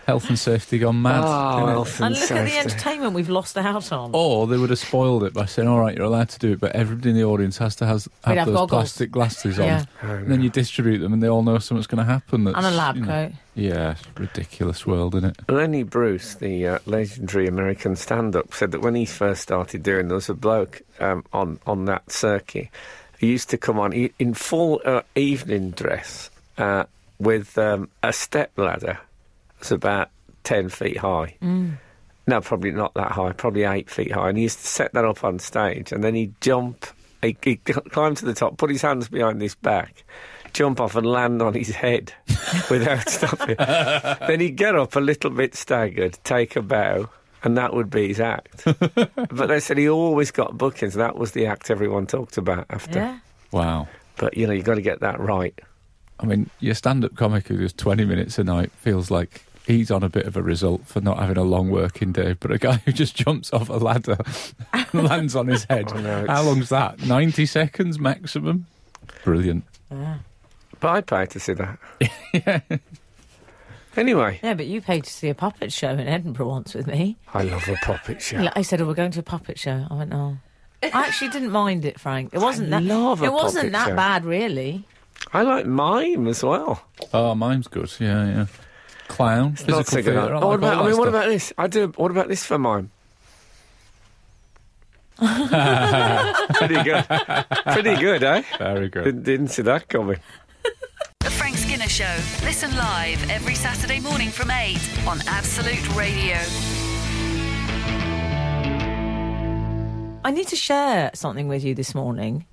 D: Health and safety gone mad.
B: Oh, health
C: And
B: and
C: look at the
B: safety.
C: entertainment we've lost out on.
D: Or they would have spoiled it by saying, "All right, you're allowed to do it, but everybody in the audience has to has, have,
C: We'd have
D: those
C: goggles.
D: plastic glasses on."
C: Yeah.
D: And then you distribute them, and they all know something's going to happen. That's,
C: And a lab
D: you know-
C: coat.
D: Yeah, it's a ridiculous world, isn't it?
B: Lenny Bruce, the uh, legendary American stand-up, said that when he first started doing, there was a bloke um, on on that circuit. He used to come on he, in full uh, evening dress uh, with um, a step ladder. It's about ten feet high. No, probably not that high. Probably eight feet high. And he used to set that up on stage, and then he'd jump. He'd, he'd climb to the top, put his hands behind his back, jump off, and land on his head [LAUGHS] without stopping. Then he'd get up a little bit staggered, take a bow, and that would be his act. but they said he always got bookings. That was the act everyone talked about after.
C: yeah.
D: Wow.
B: But you know, you got to get that right.
D: I mean, your stand-up comic who does 20 minutes a night feels like he's on a bit of a result for not having a long working day. But a guy who just jumps off a ladder and lands on his head,
B: I know,
D: how
B: it's-
D: long's that? 90 seconds maximum. Brilliant.
B: But I paid to see that. Anyway,
C: Yeah, but you paid to see a puppet show in Edinburgh once with me.
B: I love a puppet show.
C: Like, I said, "Oh, we're going to a puppet show." I went, "Oh." I actually didn't mind it, Frank. It wasn't that.
B: love a
C: it
B: puppet
C: wasn't that
B: show.
C: bad, really.
B: I like mime as well.
D: Oh, mine's good. Yeah, yeah. Clown, physical
B: Not so good.
D: theatre,
B: at-
D: I like
B: Oh,
D: all
B: what about, I
D: that
B: mean, what
D: stuff.
B: about this? I do. What about this for [LAUGHS] mime? Pretty good. Pretty good, [LAUGHS] eh?
D: Very good.
B: Didn't, didn't see that coming.
A: The Frank Skinner Show. Listen live every Saturday morning from 8 on Absolute Radio.
C: I need to share something with you this morning,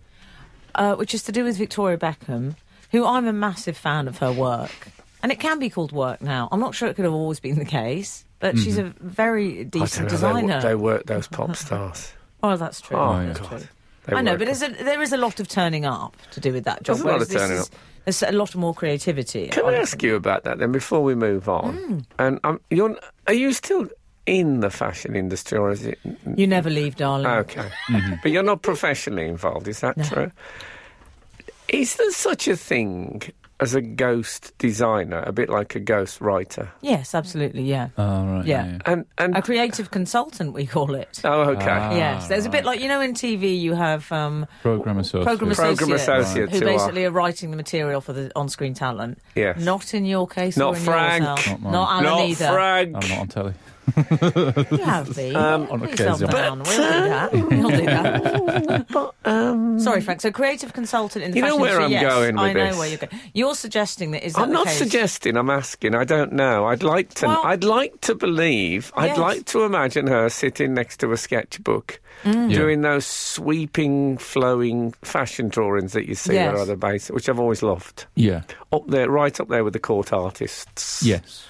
C: uh, which is to do with Victoria Beckham, who I'm a massive fan of her work, and it can be called work now. I'm not sure it could have always been the case, but she's a very
B: Mm-hmm. I
C: decent
B: don't know. They,
C: designer.
B: wo- they work those pop stars.
C: oh, that's true.
B: [LAUGHS] Oh,
C: that's
B: God.
C: true.
B: They
C: I know,
B: work
C: but there's a, there is a lot of turning up to do with that job.
B: There's a lot
C: whereas
B: of
C: this
B: turning
C: is-
B: up.
C: There's a lot more creativity.
B: Can I ask you about that then before we move on? And um, you're, are you still in the fashion industry or is it?
C: You never leave, darling.
B: Okay.
D: Mm-hmm.
B: But you're not professionally involved, is that true? Is there such a thing as a ghost designer, a bit like a ghost writer.
C: Yes, absolutely. Yeah.
D: Oh, right.
C: Yeah.
B: And and
C: a creative consultant, we call it.
B: oh, okay.
D: Ah.
C: yes, there's a bit like you know in TV you have um,
D: Program associate.
C: program associates,
B: Program associates
C: who
B: who are-
C: basically are writing the material for the on-screen talent.
B: Yes.
C: Not in your case.
B: Not
C: or in
B: Frank.
C: Yours, Al.
D: Not mine.
C: Not Alan
B: Not
C: either.
B: Frank. Um,
D: I'm not on telly.
C: You
B: [LAUGHS]
C: have been.
D: on
C: Put yourself
D: occasion.
C: down. We'll do that. We'll do that.
B: [LAUGHS] But, um,
C: Sorry, Frank. So, creative consultant in the
B: You know
C: fashion
B: where
C: industry,
B: I'm
C: yes,
B: going with
C: I know
B: this.
C: where you're going. You're suggesting that is. That
B: I'm
C: the
B: not
C: case?
B: suggesting. I'm asking. I don't know. I'd like to.
C: Well-
B: I'd like to believe. I'd
C: Yes.
B: like to imagine her sitting next to a sketchbook,
C: Mm.
B: doing those sweeping, flowing fashion drawings that you see
C: Yes.
B: her other base, which I've always loved.
D: Yeah.
B: Up there, right up there with the court artists.
D: Yes.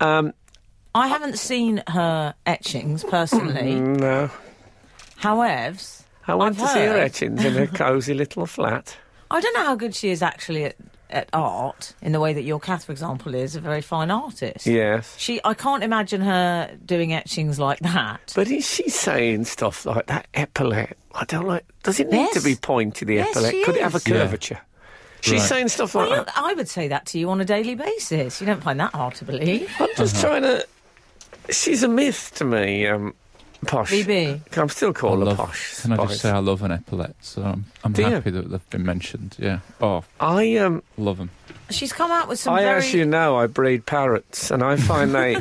B: Um,
C: I haven't seen her etchings personally.
B: no,
C: However,
B: I want
C: I've
B: to see her
C: heard-
B: etchings in her
C: [LAUGHS]
B: cosy little flat.
C: I don't know how good she is actually at, at art in the way that your cat, for example, is a very fine artist.
B: Yes.
C: She, I can't imagine her doing etchings like that.
B: But is she saying stuff like that epaulette? I don't like. Does it need
C: Yes.
B: to be pointy? The
C: Yes,
B: epaulette
C: she
B: could it have a
C: is.
D: Yeah.
B: curvature? She's
D: Right.
B: saying stuff like
C: Well,
B: that.
C: look, I would say that to you on a daily basis. You don't find that hard to believe.
B: I'm just
D: Uh-huh.
B: trying to. She's a myth to me, um, Posh.
C: BB.
B: I'm still
D: I
B: calling her
D: love-
B: Posh.
D: Can I
B: Spice.
D: just say I love an epaulette? So I'm, I'm
B: Do you?
D: happy that they've been mentioned. Yeah. Oh,
B: I um,
D: love them.
C: She's come out with some
B: I,
C: very.
B: as you know, I breed parrots, and I find they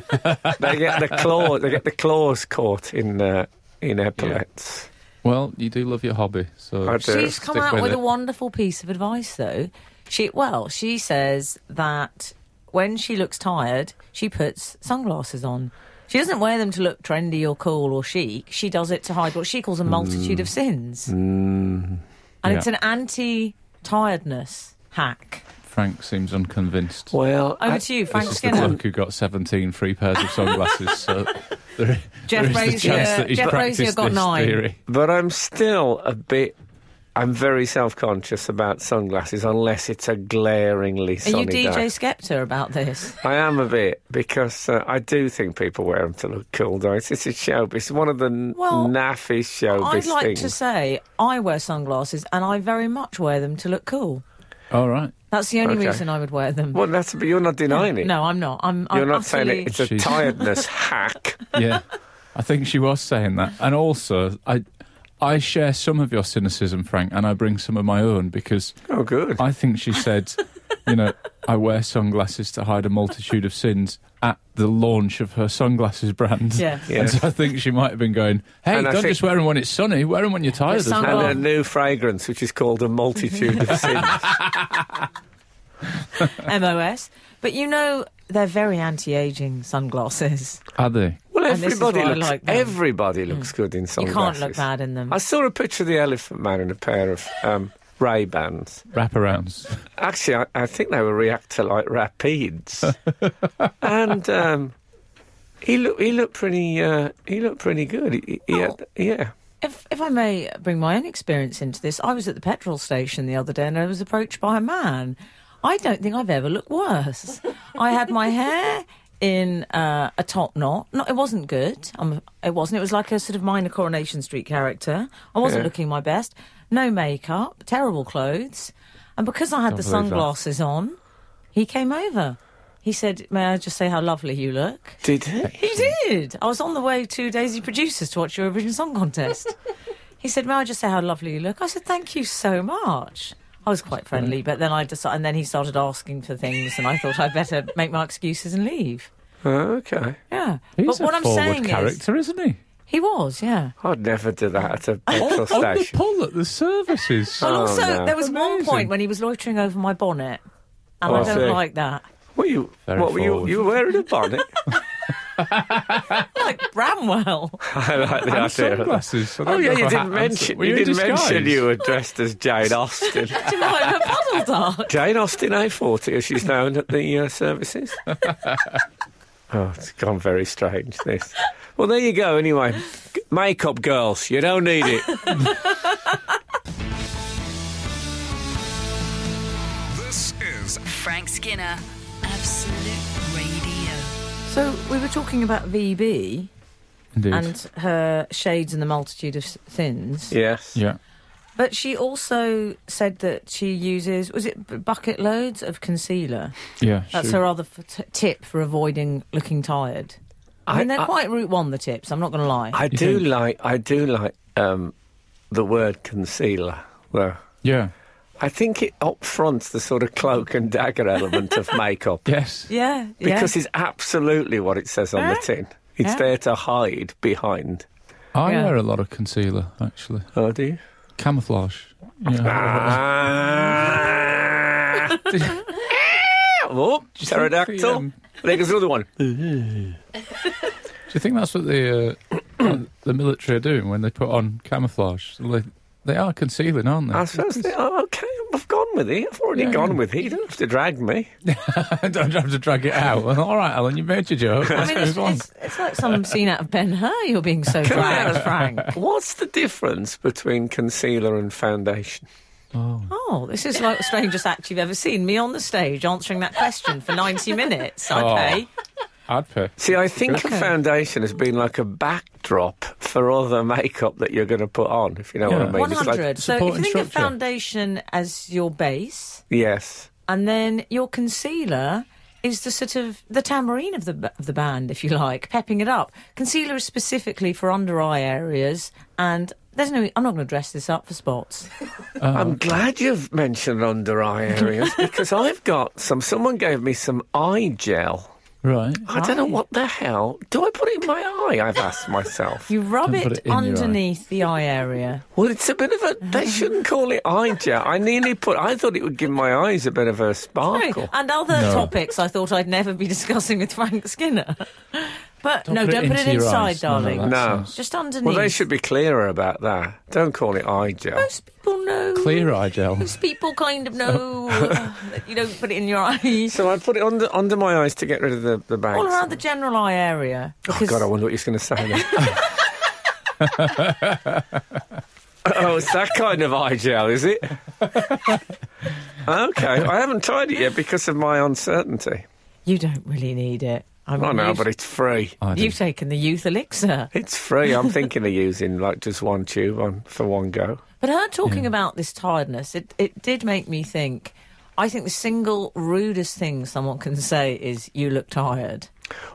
B: they get the claw they get the claws caught in uh, in epaulets.
D: Well, you do love your hobby, so
B: I do.
C: She's
D: stick
C: come out with,
D: it.
C: a wonderful piece of advice, though. She well, she says that when she looks tired, she puts sunglasses on. She doesn't wear them to look trendy or cool or chic. She does it to hide what she calls a multitude of sins, and it's an
D: Yeah.
C: anti-tiredness hack.
D: Frank seems unconvinced.
B: Well,
C: Over
B: I-
C: to you, Frank
D: This is the
C: Skinner.
D: bloke who got 17 free pairs of sunglasses, so there, there
C: [LAUGHS] Jeff
D: is the
C: Brazier-
D: chance that he's
C: Jeff Brazier
D: practiced
C: got
D: this
C: nine.
D: theory.
B: but I'm still a bit. I'm very self-conscious about sunglasses unless it's a glaringly
C: Are
B: sunny
C: you DJ
B: day.
C: Skepta about this?
B: I am a bit because uh, I do think people wear them to look cool, though. It's, it's a showbiz. It's one of the n
C: Well,
B: naffy showbiz
C: I'd like
B: things.
C: to say I wear sunglasses, and I very much wear them to look cool.
D: All right.
C: That's the only
B: Okay.
C: reason I would wear them.
B: Well, that's but you're not denying it.
C: No, I'm not. I'm.
B: you're
C: I'm
B: not
C: utterly...
B: saying it. It's a
D: She's-
B: tiredness
C: [LAUGHS]
B: hack.
D: Yeah. I think she was saying that. And also, I, I share some of your cynicism, Frank, and I bring some of my own because
B: Oh, good.
D: I think she said, you know, I wear sunglasses to hide a multitude of sins at the launch of her sunglasses brand.
C: Yeah.
B: Yeah.
D: And so I think she might have been going, hey,
B: And I
D: don't
B: think-
D: just wear them when it's sunny, wear them when you're tired as
C: sunglasses-
D: well.
B: and
C: well-
B: a new fragrance which is called a multitude of [LAUGHS]
C: [LAUGHS]
B: sins.
C: MOS. But you know, they're very anti-aging sunglasses.
D: Are they?
B: Well,
C: And this is
B: everybody
C: why I
B: looks.
C: like them.
B: everybody looks good in
C: You
B: sunglasses.
C: can't look bad in them.
B: I saw a picture of the Elephant Man in a pair of
C: [LAUGHS]
B: um, Ray Bans.
D: Wraparounds.
B: Actually, I, I think they were reactor like
C: [LAUGHS]
B: rapids, and um, he looked he looked pretty uh, he looked pretty good. He, he
C: Oh.
B: had, yeah,
C: If, if I may bring my own experience into this, I was at the petrol station the other day and I was approached by a man. I don't think I've ever looked worse. I had my hair in uh, a top knot. No, it wasn't good. Um, it wasn't. It was like a sort of minor Coronation Street character. I wasn't
B: Yeah.
C: looking my best. No makeup, terrible clothes. And because I had the
D: believe that.
C: sunglasses on, he came over. He said, May I just say how lovely you look?
B: did he?
C: He did. I was on the way to Daisy Producers to watch your Eurovision Song
B: [LAUGHS]
C: Contest. he said, "May I just say how lovely you look?" I said, "Thank you so much." I was quite friendly, but then I decided, and then he started asking for things, and I thought I'd better make my excuses and leave.
B: Oh, Okay,
C: Yeah,
D: He's
C: but what
D: a
C: I'm
D: forward
C: saying is,
D: character, isn't he?
C: he was, yeah.
B: I'd never do that at a
C: [LAUGHS]
D: On,
B: petrol
D: on the
B: station.
D: pull at the services.
C: Well,
B: Oh,
C: also
B: no.
C: there was one
D: Amazing.
C: point when he was loitering over my bonnet, and
B: Oh,
C: I
B: I
C: don't
B: see.
C: like that.
B: Were you?
D: Very
B: what were you?
D: forward.
B: You were wearing a bonnet.
C: Like
B: [LAUGHS]
C: Bramwell.
B: [LAUGHS] I like the
D: and
B: idea. of that.
D: sunglasses. I don't
B: Oh yeah,
D: know
B: you
D: how
B: didn't
D: handsome-
B: mention
D: Were
B: you
D: in
B: didn't
D: disguise?
B: mention you were dressed as Jane Austen.
C: Do you mind her puddle dark?
B: Jane Austen A40, as she's known at the uh, services. oh, it's gone very strange, this. Well, there you go, anyway. G- Makeup girls, you don't need it.
E: This is
A: Frank Skinner, Absolute Radio.
C: So we were talking about VB
D: Indeed.
C: and her shades and the multitude of s- sins.
B: yes.
D: yeah.
C: But she also said that she uses was it b- bucket loads of concealer.
D: Yeah,
C: That's
D: sure.
C: her other f- t- tip for avoiding looking tired. I,
B: I-
C: mean, they're
B: I-
C: quite route one. The tips. I'm not going to lie.
B: I do
D: think?
B: like I do like um, the word concealer though.
D: Yeah.
B: I think it upfronts the sort of cloak and dagger element of makeup
D: Yes.
C: yeah,
B: because
C: yeah.
B: it's absolutely what it says on the
C: Yeah.
B: tin. It's
C: Yeah.
B: there to hide behind.
D: I
C: Yeah.
D: wear a lot of concealer, actually.
B: Oh, do you?
D: Camouflage. Yeah. [LAUGHS]
B: Ah. oh,
D: you think the,
B: pterodactyl.
D: um,
B: There goes another one.
D: Do you think that's what the uh, [COUGHS] the military are doing when they put on camouflage? They, they are concealing, aren't they? [LAUGHS]
B: I suppose they oh, okay, I've gone with it. I've already
D: Yeah,
B: gone
D: yeah.
B: with it. You don't have to drag me.
D: Don't have to drag it out. Well, all right, Alan, you made your
C: [LAUGHS]
D: joke.
C: I
D: Let's
C: mean, it's,
D: move on.
C: it's, it's like some scene out of Ben Hur. You're being
B: [LAUGHS]
C: so dragged, Frank.
B: What's the difference between concealer and foundation?
C: Oh, this is like the strangest act you've ever seen. Me on the stage answering that question for 90 minutes.
B: Oh,
C: Okay.
D: I'd pay.
B: See, I think a foundation has been like a backdrop for other makeup that you're going to put on, if you know what I
D: Yeah.
B: mean. It's like-
C: 100. so if you
D: supporting
C: think of
D: structure.
C: foundation as your base,
B: yes.
C: and then your concealer is the sort of the tambourine of the b- of the band, if you like, pepping it up. Concealer is specifically for under eye areas, and there's no. I'm not going to dress this up for spots.
D: Oh,
B: I'm glad you've mentioned under eye areas because I've got some. Someone gave me some eye gel.
D: Right.
B: I don't know
C: Eye?
B: what the hell. Do I put it in my eye? I've asked myself.
C: You rub
D: Don't put
C: it,
D: it in your eye.
C: underneath the eye
D: [LAUGHS]
C: area.
B: Well, it's a bit
C: [LAUGHS]
B: of a. They shouldn't call it eye gel. I nearly put. I thought it would give my eyes a bit of a sparkle.
C: And other
D: Oh, No.
C: topics I thought I'd never be [LAUGHS] discussing with Frank Skinner. But no, don't put it
D: into your
C: inside,
D: eyes. No, no,
C: darling.
D: that
B: No.
D: sounds-
C: Just underneath.
B: Well, they should be clearer about that. Don't call it eye gel.
C: Most people know.
D: Clear eye gel.
C: Most people kind of
D: [LAUGHS]
C: know uh, that you don't put it in your [LAUGHS] eyes.
B: So I put it under under my eyes to get rid of the the bags.
C: All around the general eye area.
B: Oh God, I wonder what he's going to say.
C: [LAUGHS]
B: Then. [LAUGHS] oh, it's that kind of eye gel, is
C: [LAUGHS]
B: it? okay, I haven't tried it yet because of my uncertainty.
C: You don't really need it. I
B: I know,
C: you've-
B: but it's free.
D: I do.
C: You've taken the youth elixir.
B: It's free. I'm thinking of using like just one tube on for one go.
C: But her talking about this tiredness, it, it did make me think. I think the single rudest thing someone can say is, You look tired.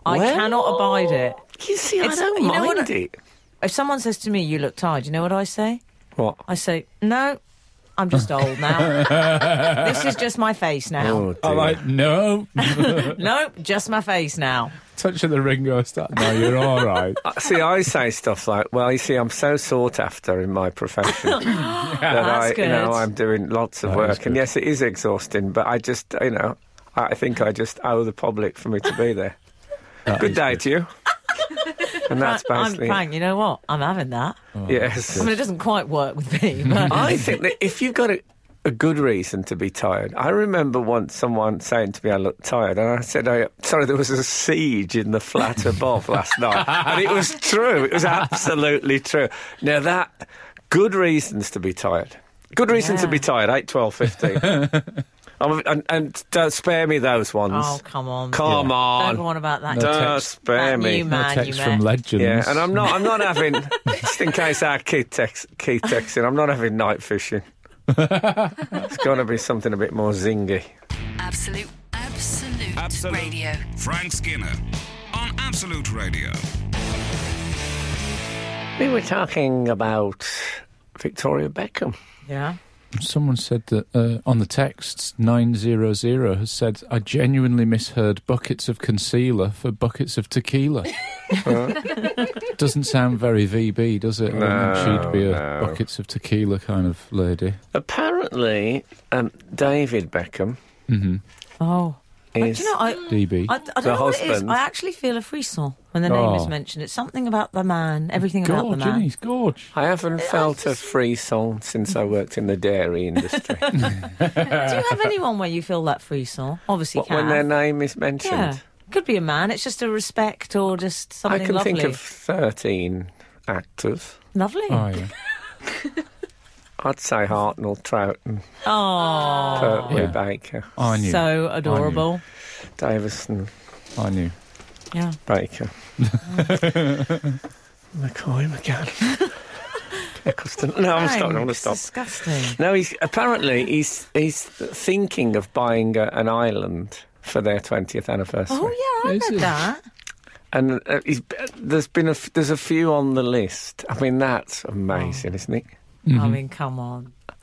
C: I
B: Well-
C: cannot abide it.
B: You see,
C: It's-
B: I don't
C: you know what
B: mind
C: I-
B: it.
C: If someone says to me, "You look tired," you know what I say?
B: What?
C: I say, "No, I'm just old now. this is just my face now.
B: Oh,
D: I'm
B: dear.
D: like, no,
C: Nope, just my face now."
D: [LAUGHS] touching the Ringo Starr. No, you're
C: [LAUGHS]
D: all right.
B: See, I say stuff like, "Well, you see, I'm so sought after in my [LAUGHS] profession that I,
C: That's
B: you know,
C: good.
B: I'm doing lots of
D: That is
B: work, and
D: good.
B: yes, it is exhausting, but I just, you know, I think I just owe the public for me to be there.
D: That
B: good
D: is
B: day to [LAUGHS] you. and that's
C: I'm
B: basically, it.
C: Frank. You know what? I'm having that.
B: yes.
C: I mean, it doesn't quite work
B: [LAUGHS]
C: with me. But
B: I think that if you've got a, a good reason to be tired, I remember once someone saying to me, "I look tired," and I said, I, "Sorry, there was a siege in the flat above last night," and it was true. It was absolutely true. Now that good reasons to be tired. Good reasons to
C: Yeah.
B: be tired. Eight, twelve,
C: [LAUGHS]
B: fifteen. I'm- and and don't spare me those ones.
C: oh, come on.
B: Come
C: Don't
B: on.
C: go on about that.
B: Don't
D: text.
B: spare
C: That
B: me.
C: new
D: No
C: Man, you
D: text from
C: met.
D: legends.
B: Yeah, and I'm not. I'm not having. just in case our kid text, Keith texts in, I'm not having night fishing. it's got to be something a bit more zingy.
A: Absolute, absolute,
E: Absolute.
A: radio.
E: Frank Skinner on Absolute Radio.
B: We were talking about Victoria Beckham.
C: Yeah.
D: Someone said that uh, on the texts, 900 has said, I genuinely misheard buckets of concealer for buckets of tequila. Doesn't sound very VB, does it? I think she'd be a
B: no.
D: buckets of tequila kind of lady.
B: Apparently, um, David Beckham
C: Oh. But
B: is.
C: do you know, I,
D: DB.
C: I, I don't
B: The
C: know what it is.
B: husband.
C: I actually feel a frisson when the name
D: Oh.
C: is mentioned. It's something about the man, everything about the
D: Gorge,
C: man.
D: isn't he? Gorge.
B: I haven't felt a free song since I worked in the dairy
C: [LAUGHS]
B: industry.
C: Do you have anyone where you feel that frisson? Obviously,
B: What, when
C: Kath.
B: their name is mentioned,
C: Yeah. Could be a man. It's just a respect or just
B: I
C: something
B: can
C: lovely.
B: think of 13 actors.
C: Lovely.
D: Oh, yeah.
B: I'd say Hartnell, Trout, and
C: Oh,
B: Pertwee
D: Yeah.
B: Baker,
D: I knew.
C: so adorable.
B: Davison,
D: I knew.
C: Yeah.
B: [LAUGHS] Baker. McCoy McCann. Eccleston. No, I'm stopping. I'm going to
C: Thanks,
B: stop.
C: Disgusting.
B: No, he's apparently he's he's thinking of buying a, an island for their 20th anniversary.
C: Oh yeah, I
D: Is
C: read
D: it?
C: that.
B: And uh, he's, there's been a f- there's a few on the list. I mean, that's
C: Oh.
B: amazing, isn't it?
C: I mean, come on.
B: I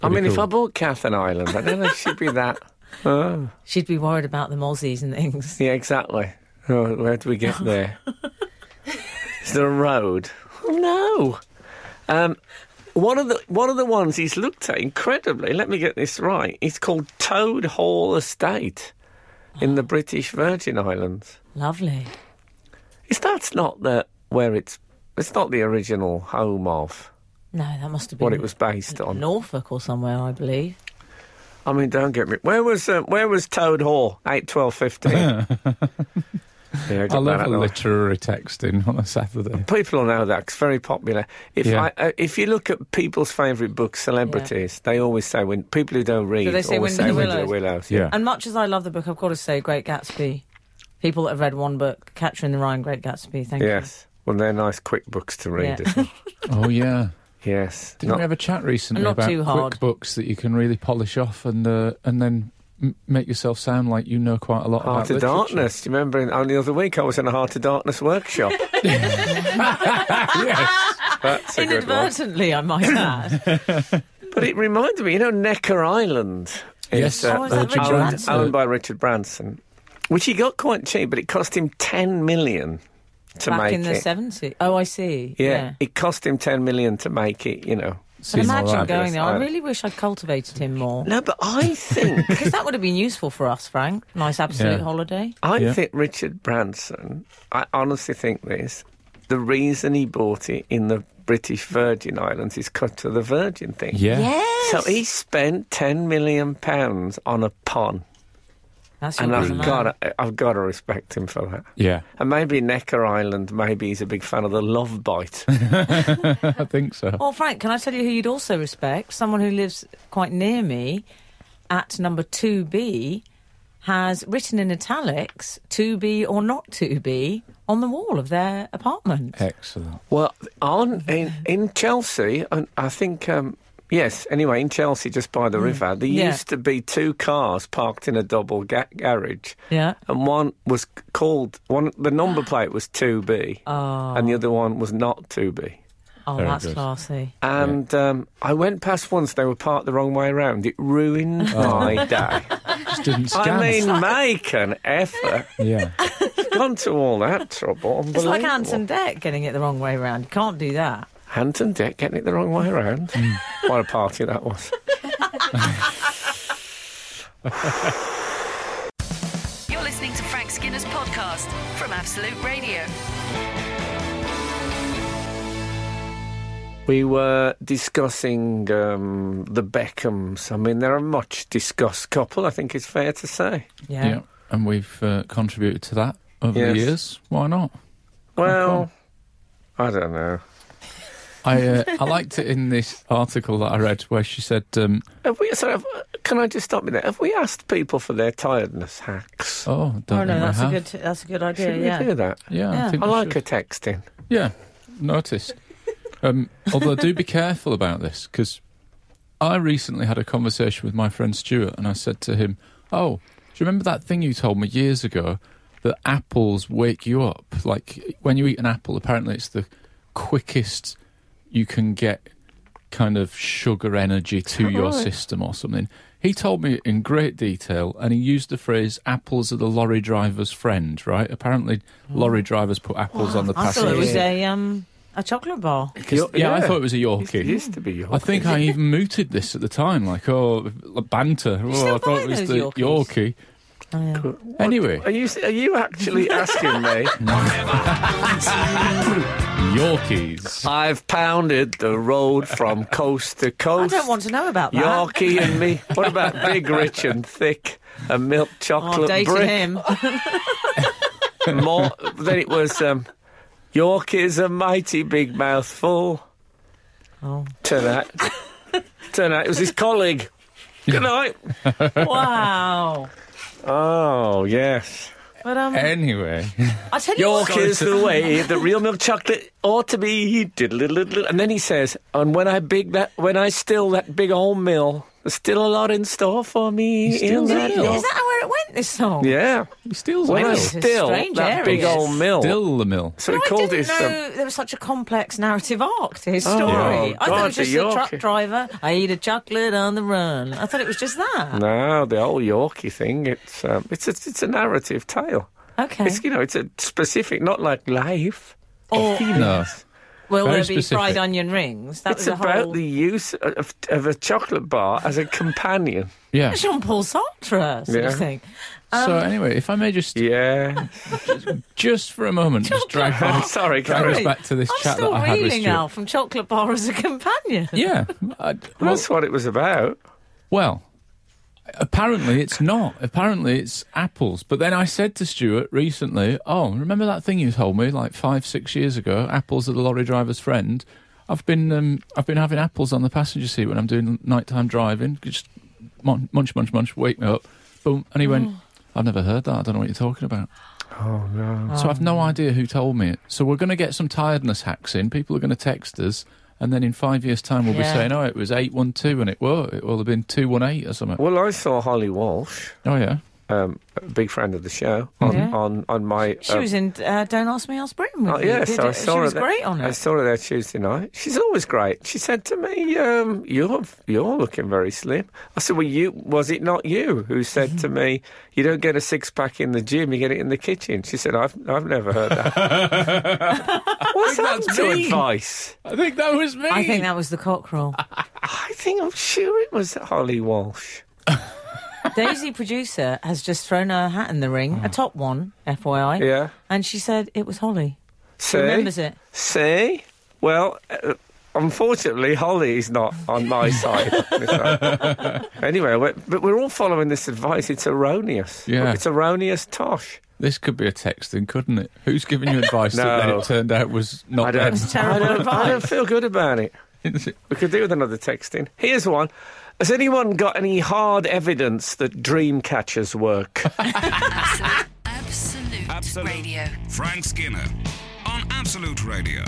D: That'd be
B: mean, if
D: cool.
B: I bought Kath an island, I don't know if she'd be that. Oh,
C: She'd be worried about the Aussies and things. [LAUGHS]
B: yeah, exactly. Oh, where do we get there? Is there a road? Oh, no. Um, one of the one of the ones he's looked at incredibly. Let me get this right. It's called Toad Hall Estate in the British Virgin Islands.
C: Lovely.
B: Is that's not the where it's it's not the original home of
C: No, that must have been
B: what it was based on.
C: Norfolk or somewhere, I believe.
B: I mean, don't get me. Where was uh, where was Toad Hall? Eight, twelve, fifteen. yeah, get
D: I love
B: that
D: a
B: out.
D: literary texting on a Saturday.
B: People know that 'cause it's very popular. If
D: Yeah.
B: I, uh, if you look at people's favourite books, celebrities, they always say when people who don't read
C: Do they say
B: always
C: Wind in the
B: Wind in the
C: Willows?
B: Willows.
D: Yeah.
C: And much as I love the book, I've got to say, Great Gatsby. People that have read one book, Catcher in the Rye and Great Gatsby. Thank
B: Yes. Well, they're nice, quick books to read.
C: Yeah.
B: As
C: [LAUGHS]
B: well.
D: Oh yeah.
B: yes.
D: Didn't
B: Not-
D: we have a chat recently
C: And not
D: about
C: too hard.
D: quick books that you can really polish off and uh, and then m- make yourself sound like you know quite a lot
B: Heart
D: about
B: of
D: literature?
B: Darkness. Do you remember in, only the other week I was in a Heart of Darkness
D: [LAUGHS]
B: workshop?
D: yes.
B: That's a
C: you.
B: good one.
C: Inadvertently,
B: [COUGHS]
C: I might add.
B: But it reminded me, you know, Necker Island.
D: Yes.
C: Oh, is that Richard
B: owned,
C: Branson?
B: owned by Richard Branson, which he got quite cheap, but it cost him ten million to
C: Back
B: make
C: in the
B: it.
C: 70s. Oh, I see.
B: yeah, it cost him ten million to make it. You know,
C: But
D: Seems
C: imagine
D: alright.
C: going there. I
B: Island.
C: really wish I'd cultivated him more.
B: no, but I [LAUGHS] think
C: Because that would have been useful for us, Frank. Nice absolute
D: Yeah.
C: holiday.
B: I
D: Yeah.
B: think Richard Branson. I honestly think this. The reason he bought it in the British Virgin Islands is cut to the Virgin thing.
D: Yeah.
C: Yes.
B: So he spent ten million pounds on a pond,
C: That's
B: and
C: your
B: I've
C: man.
B: got I've got to respect him for that.
D: Yeah.
B: And maybe Necker Island, maybe he's a big fan of the love bite.
D: I think so.
C: Well, Frank, can I tell you who you'd also respect? Someone who lives quite near me at number 2B has written in italics to be or not to be on the wall of their apartment.
B: Eh.
D: Excellent.
B: well, on in, in Chelsea, and I think, um, yes, anyway, in Chelsea, just by the river, there
C: Yeah.
B: used to be two cars parked in a double ga- garage.
C: Yeah.
B: And one was c- called, one. the
C: [GASPS]
B: number plate was 2B, and the other one was not 2B.
C: Oh,
D: Very
C: that's
D: good.
C: classy.
B: And um, I went past once, they were parked the wrong way around. It ruined my day.
D: Just didn't scan.
B: I mean, make an
C: [LAUGHS]
B: effort.
D: yeah.
B: Gone to all that trouble.
C: It's like
B: Unbelievable.
C: Ant and Deck getting it the wrong way round. You can't do that.
B: Hampton Deck getting it the wrong way around. what a party that was.
A: You're listening to Frank Skinner's podcast from Absolute Radio.
B: We were discussing um, the Beckhams. I mean, they're a much discussed couple, I think it's fair to say.
C: Yeah.
D: Yeah. And we've uh, contributed to that over
B: Yes.
D: the years. Why not?
B: Well, I don't know.
D: I uh, I liked it in this article that I read where she said um,
B: Have we, sorry, have- uh, can I just stop you there? Have we asked people for their tiredness hacks?
D: Oh, don't
C: Oh no,
D: think we
C: that's a
D: have.
C: good that's a good
B: Should
C: idea.
B: we
C: Yeah,
B: do that?
D: Yeah,
C: Yeah.
D: I, think
B: I
D: we
B: like
D: should.
B: a texting.
D: Yeah, noticed. Um, although do be careful about this because I recently had a conversation with my friend Stuart, and I said to him, "Oh, do you remember that thing you told me years ago that apples wake you up? Like when you eat an apple, apparently it's the quickest you can get kind of sugar energy to your system or something." He told me in great detail, and he used the phrase "apples are the lorry driver's friend." Right? Apparently, lorry drivers put apples on the
C: I thought it
D: passengers.
C: was a um a chocolate bar.
B: Yo-
D: Yeah, I thought it was a
B: It
D: Yorkie.
B: used to be your.
D: I think I even mooted this at the time, like, oh, banter.
C: still
D: Oh, I thought
C: buy
D: it was
C: those
D: the
C: Yorkies?
D: Yorkie.
B: Oh,
D: Anyway,
B: Are you, are you
D: [LAUGHS]
B: actually asking me?
D: Yorkies.
B: I've pounded the road from coast to
C: I
B: coast.
C: don't want to know about that. [LAUGHS]
B: Yorkie and me. What about Big Rich and Thick and Milk
C: Oh,
B: Chocolate
C: dating
B: Brick?
C: him. [LAUGHS]
B: More, then it was um, Yorkie's a mighty big mouthful.
C: Oh.
B: Turn out, turn out it was his colleague. Good night.
C: [LAUGHS] wow.
B: Oh yes.
C: But um,
D: Anyway,
C: I tell you
B: York
C: what,
B: is the way the real milk chocolate ought to be. Diddle-diddle-diddle. And then he says, "And when I big that, when I still that big old mill, there's still a lot in store for me
D: still
B: in that
D: there.
B: mill."
C: is that where it went? This song.
B: Yeah,
D: he steals
B: when
D: the
B: I
D: mill.
C: This is
B: still
C: strange
B: that big
C: areas.
B: old mill.
D: Still the mill.
B: so
C: No,
B: he
C: I
B: called
C: didn't
B: his.
C: know
B: um,
C: there was such a complex narrative arc to his story.
B: yeah.
C: I thought
B: God,
C: it was just
B: the
C: the truck
B: Yorkie.
C: driver. I eat a chocolate on the run. I thought it was just that.
B: no, the whole Yorkie thing. It's um, it's a, it's a narrative tale.
C: Okay.
B: It's you know it's a specific, not like life. Oh,
C: or
D: No.
C: will
D: very
C: there be
D: specific.
C: fried onion rings? That
B: It's
C: was a
B: about
C: whole.
B: the use of, of a chocolate bar as a companion.
D: Yeah.
C: Jean Paul Sartre sort
B: Yeah.
C: of thing.
D: so anyway, if I may
B: [LAUGHS]
D: just
B: Yeah.
D: just for a moment just drag back,
B: Sorry,
D: drag
B: Gary.
D: us back to this
C: I'm
D: chat
C: still
D: that I had with
C: reeling
D: Stuart.
C: now from chocolate bar as a companion.
D: Yeah. I, well,
B: That's what it was about.
D: well, apparently it's not. Apparently it's apples. But then I said to Stuart recently, oh, remember that thing you told me like five, six years ago? Apples are the lorry driver's friend. I've been um, I've been having apples on the passenger seat when I'm doing nighttime driving. Just mun- munch, munch, munch, wake me up. Boom. And he went, I've never heard that. I don't know what you're talking about.
B: Oh no.
D: So I've no idea who told me it. So we're going to get some tiredness hacks in. People are going to text us, and then in five years' time, we'll
C: Yeah.
D: be saying, "Oh, it was eight one two, and it were it will have been two one eight or something."
B: Well, I saw Holly Walsh,
D: Oh yeah,
B: um, a big friend of the show, on
C: Yeah.
B: on, on my.
C: She
B: um,
C: was in uh, Don't Ask Me, Ask Britain with
B: Oh,
C: you,
B: yeah,
C: did
B: so I
C: it?
B: saw
C: She
B: her.
C: was
B: there-
C: great on
B: I
C: it.
B: saw her there Tuesday night. She's always great. She said to me, um, "You're you're looking very slim." I said, "Well, you was it not you who said to me, you don't get a six pack in the gym, you get it in the kitchen?" She said, "I've I've never heard that." What's that
D: that's
B: to
D: me.
B: advice?
D: I think that was me.
C: I think that was the cockerel.
B: I think I'm sure it was Holly Walsh.
C: Daisy producer has just thrown her hat in the ring, a top one, FYI.
B: Hmm. Yeah.
C: And she said it was Holly.
B: See?
C: remembers it.
B: See? Well, uh, unfortunately, Holly is not on
C: [LAUGHS]
B: my side. anyway, we're, but we're all following this advice. It's erroneous.
D: Yeah.
B: It's erroneous tosh.
D: this could be a texting, couldn't it? Who's giving you advice that then
B: No.
D: it turned out was
B: I
D: not
B: don't,
D: them?
B: I, don't, I don't feel good about it.
D: [LAUGHS]
B: We could do with another texting. Here's one. Has anyone got any hard evidence that dream catchers
C: [LAUGHS]
B: work?
E: [LAUGHS]
A: Absolute, Absolute,
E: Absolute.
A: Radio.
E: Frank Skinner on Absolute Radio.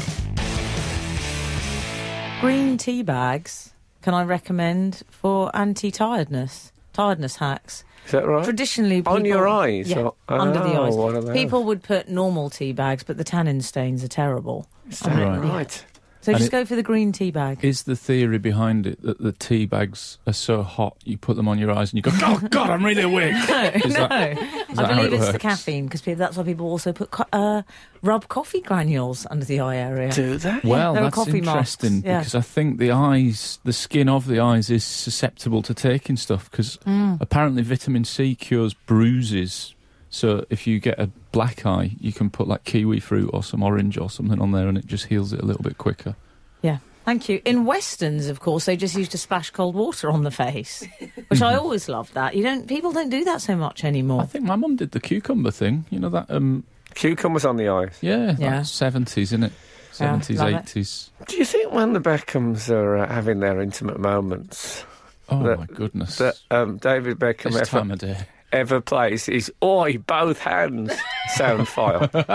C: Green tea bags can I recommend for anti tiredness? Tiredness hacks.
B: Is that right?
C: Traditionally, people,
B: On your eyes
C: yeah,
B: or-
C: under the
B: Oh,
C: eyes.
B: one of those.
C: People would put normal tea bags, but the tannin stains are terrible.
D: right?
B: right.
C: So
D: And
C: just
D: it-
C: go for the green tea bag.
D: Is the theory behind it that the tea bags are so hot you put them on your eyes and you go, "Oh God, I'm really awake."
C: [LAUGHS]
D: Is
C: no,
D: that-
C: I
D: that how
C: believe
D: it
C: it's the
D: works?
C: caffeine because that's why people also put co- uh, rub coffee granules under the eye area.
B: Do that.
D: Well,
C: there are
D: that's
C: coffee marks,
D: interesting
C: yeah.
D: because I think the eyes, the skin of the eyes, is susceptible to taking stuff because
C: Mm.
D: apparently vitamin C cures bruises. So if you get a black eye, you can put like kiwi fruit or some orange or something on there, and it just heals it a little bit quicker.
C: Yeah. Thank you. In westerns, of course, they just used to splash cold water on the face, which I always loved. That you don't people don't do that so much
D: Mhm. I
C: anymore.
D: think my mum did the cucumber thing. You know that? Um,
B: Cucumbers on the eyes.
D: yeah,
C: Yeah.
D: seventies, isn't it?
C: Yeah,
D: Seventies,
C: love it.
D: eighties.
B: Do you think when the Beckhams are uh, having their intimate moments,
D: Oh
B: That-
D: my goodness!
B: that um, David Beckham
D: this
B: ever,
D: time of day.
B: ever plays is Oi, both hands sound file.
C: Oh
D: [LAUGHS]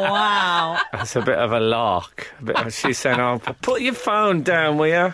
C: wow!
B: That's a bit of a lark. A bit of, she's saying, oh, p- put your phone down, will you?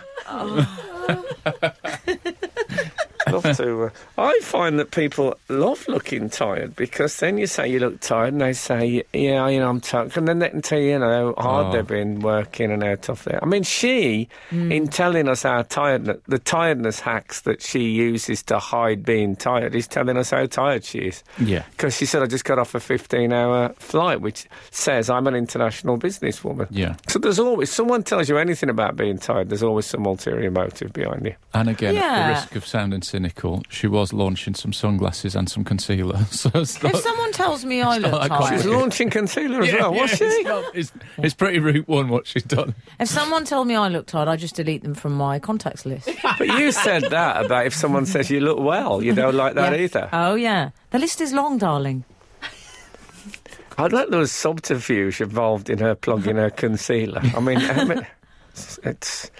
B: love to. Uh, I find that people love looking tired because then you say you look tired and they say, yeah, you know, I'm tired. And then they can tell you, you know, how hard
D: Oh. Hmm.
B: they've been working and how tough they are. I mean, she, in telling us our tiredness, the tiredness hacks that she uses to hide being tired, is telling us how tired she is
D: Yeah.
B: because she said I just got off a 15 hour flight, which says I'm an international businesswoman.
D: Yeah.
B: So there's always, someone tells you anything about being tired, there's always some ulterior motive behind it.
D: And again, at
C: Yeah.
D: the risk of sounding cynical, she was launching some sunglasses and some concealer. [LAUGHS] So it's
C: If
D: not-
C: someone tells me I look
D: like
C: tired,
B: She's
D: Yeah.
B: launching concealer as
D: Yeah,
B: well,
D: yeah,
B: was
D: It's,
B: she?
D: not- [LAUGHS] it's- it's pretty route one what she's done.
C: if someone told me I look tired, I just delete them from my contacts
D: [LAUGHS]
C: list.
B: But you said that about if someone says you look well, you don't like that
C: Yeah.
B: either.
C: Oh yeah, the list is long, darling.
B: I'd like there was subterfuge involved in her plugging her concealer. I mean, I mean, it's. it's-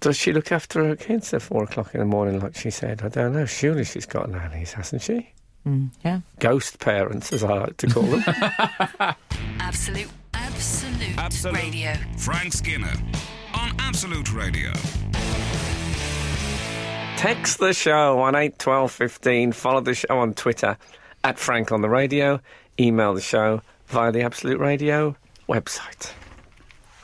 B: Does she look after her kids at four o'clock in the morning, like she said? I don't know. Surely she's got nannies, hasn't she?
C: Yeah.
B: Ghost parents, as I like to call them.
A: Absolute, absolute,
E: Absolute.
A: radio.
E: Frank Skinner on Absolute Radio.
B: Text the show on eight twelve fifteen. Follow the show on Twitter at Frank on the Radio. Email the show via the Absolute Radio website.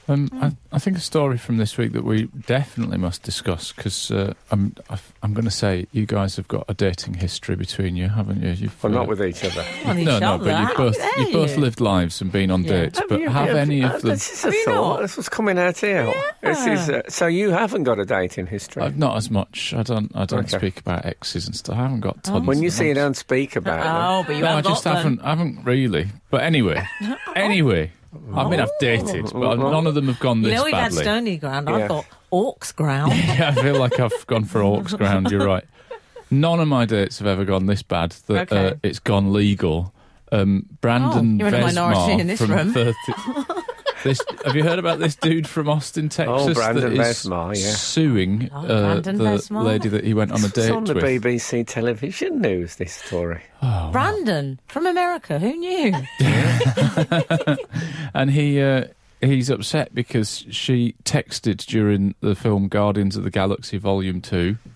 D: Um, I, I think a story from this week that we definitely must discuss because uh, I'm I've- I'm going to say you guys have got a dating history between you, haven't you? You've,
B: Well,
D: uh,
B: not with each other.
C: On each
D: no, no,
C: other.
D: but you've both
C: How dare
D: you've both
C: you?
D: lived lives and been on
C: Yeah.
D: dates. But have any
B: Uh,
D: of them?
B: This is a
C: Have you
B: thought.
C: not?
B: This was comeming out here. This is uh, so you haven't got a dating history.
D: I've not as much. I don't. I don't
B: Okay.
D: speak about exes and stuff. I haven't got tons.
B: when
D: and
B: you see you
D: tons.
B: don't speak about them.
C: Oh, but you
D: no,
C: have
D: I just
C: got them.
D: haven't. I haven't really.
C: [LAUGHS]
D: But anyway, anyway, I mean, I've dated, but none of them have gone
C: Oh. You
D: this
C: know we've had
D: badly.
C: Stony Ground.
B: Yeah.
C: I've got Orcs Ground.
D: [LAUGHS] yeah, I feel like I've
C: [LAUGHS]
D: gone for Orcs ground. You're right. None of my dates have ever gone this bad that uh,
C: Okay. Oh,
D: it's gone legal. Um, Brandon
C: you're in a minority
D: Vesmar
C: in this
D: from
C: room. [LAUGHS]
D: 30 this, have you heard about this dude from Austin, Texas?
B: Oh, Brandon
D: that is
B: Vesmar, yeah.
D: suing
C: Oh,
D: uh, the
C: Brandon Vesmar.
D: lady that he went on a
B: It's
D: date
B: on the
D: with.
B: BBC television news. This story.
D: Oh.
C: Brandon from America. Who knew?
D: and he uh, he's upset because she texted during the film Guardians of the Galaxy Volume Two. [LAUGHS]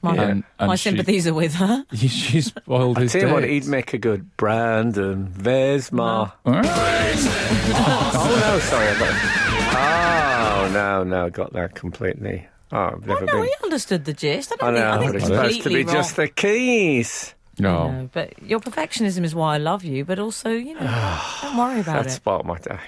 C: My,
B: Yeah.
D: And, and
C: my
D: she-
C: sympathies are with her.
D: She spoiled his
B: Tell you what,
D: date.
B: he'd make a good Brandon Vesmar. Oh no, sorry. I got- Oh no, no, got that completely. Oh, I've never
C: No,
B: been.
C: he understood the gist. I
B: I
C: don't
B: know,
C: think, I
B: but
C: think
B: it's
C: completely
B: supposed to be
C: wrong.
B: just the keys.
D: No.
C: No, but your perfectionism is why I love you, but also, you know, don't worry about
B: That
C: it.
B: spoiled my day.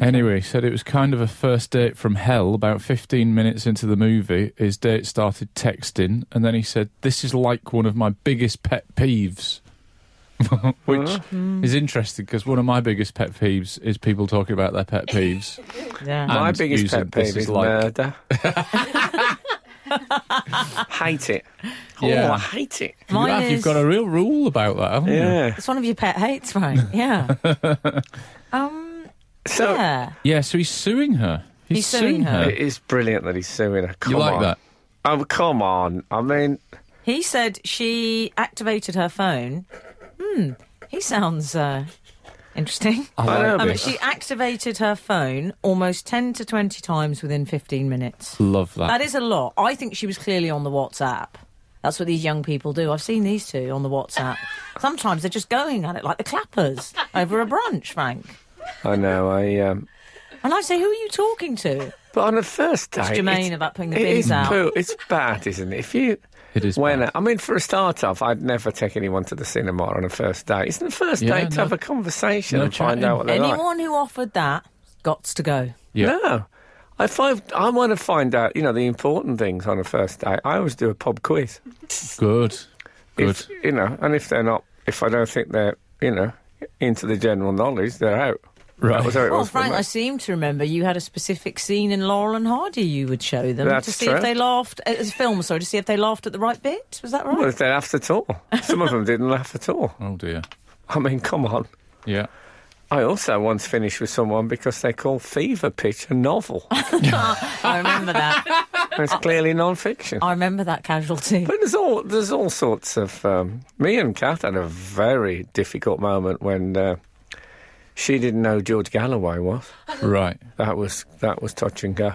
D: Anyway, he said it was kind of a first date from hell. About 15 minutes into the movie, his date started texting, and then he said, This is like one of my biggest pet peeves. [LAUGHS] Which is interesting because one of my biggest pet peeves is people talking about their pet peeves.
C: Yeah.
D: And
B: My biggest
D: using
B: pet peeve
D: this is
B: is
D: like- [LAUGHS]
B: murder. [LAUGHS] hate it. [LAUGHS]
D: Yeah.
B: Oh, I hate it.
C: Mine
D: you have, you've
C: is-
D: got a real rule about that, haven't you?
B: Yeah.
C: It's one of your pet hates, right? Yeah. um,
B: So
C: yeah.
D: Yeah, so he's suing her. He's,
C: He's suing her.
B: it is brilliant that he's suing her. Come
D: You like
B: on.
D: that?
B: Oh, come on. I mean,
C: He said she activated her phone. Hmm. He sounds uh, interesting.
B: I know,
C: Um,
B: but-
C: she activated her phone almost 10 to 20 times within 15 minutes.
D: Love that.
C: That is a lot. I think she was clearly on the WhatsApp. That's what these young people do. I've seen these two on
B: [LAUGHS]
C: the WhatsApp. Sometimes they're just going at it like the clappers over a brunch, Frank.
B: I know. I um,
C: And I say, who are you talking to?
B: But on a first date,
C: Jermaine
B: it's-
C: about putting the
B: it
C: bins
B: is
C: out.
B: poo- It's bad, isn't it? If you,
D: It is
B: When
D: bad.
B: I mean, for a start off, I'd never take anyone to the cinema on a first date. Isn't the first
D: Yeah,
B: date to
D: no-
B: have a conversation
D: no
B: and find
D: chatting.
B: out what they're like?
C: Anyone who offered that gots to go.
D: Yeah.
B: No. If I, I want to find out, you know, the important things on a first date, I always do a pub quiz.
D: Good. Good.
B: If, you know, and if they're not, if I don't think they're, you know, into the general knowledge, they're out.
D: Right.
B: That was how it
C: Well,
B: was for
C: Frank,
B: me.
C: I seem to remember you had a specific scene in Laurel and Hardy you would show them
B: That's
C: to see
B: true.
C: if they laughed. It was a film, sorry, to see if they laughed at the right bit. Was that right?
B: Well, if they laughed at all. Some of them didn't laugh at all.
D: oh, dear.
B: I mean, come on.
D: Yeah.
B: I also once finished with someone because they call Fever Pitch a novel.
C: I remember that.
B: it's clearly non-fiction.
C: I remember that casualty.
B: But there's all there's all sorts of. Um, me and Kath had a very difficult moment when uh, she didn't know George Galloway was.
D: Right.
B: That was that was touch and go.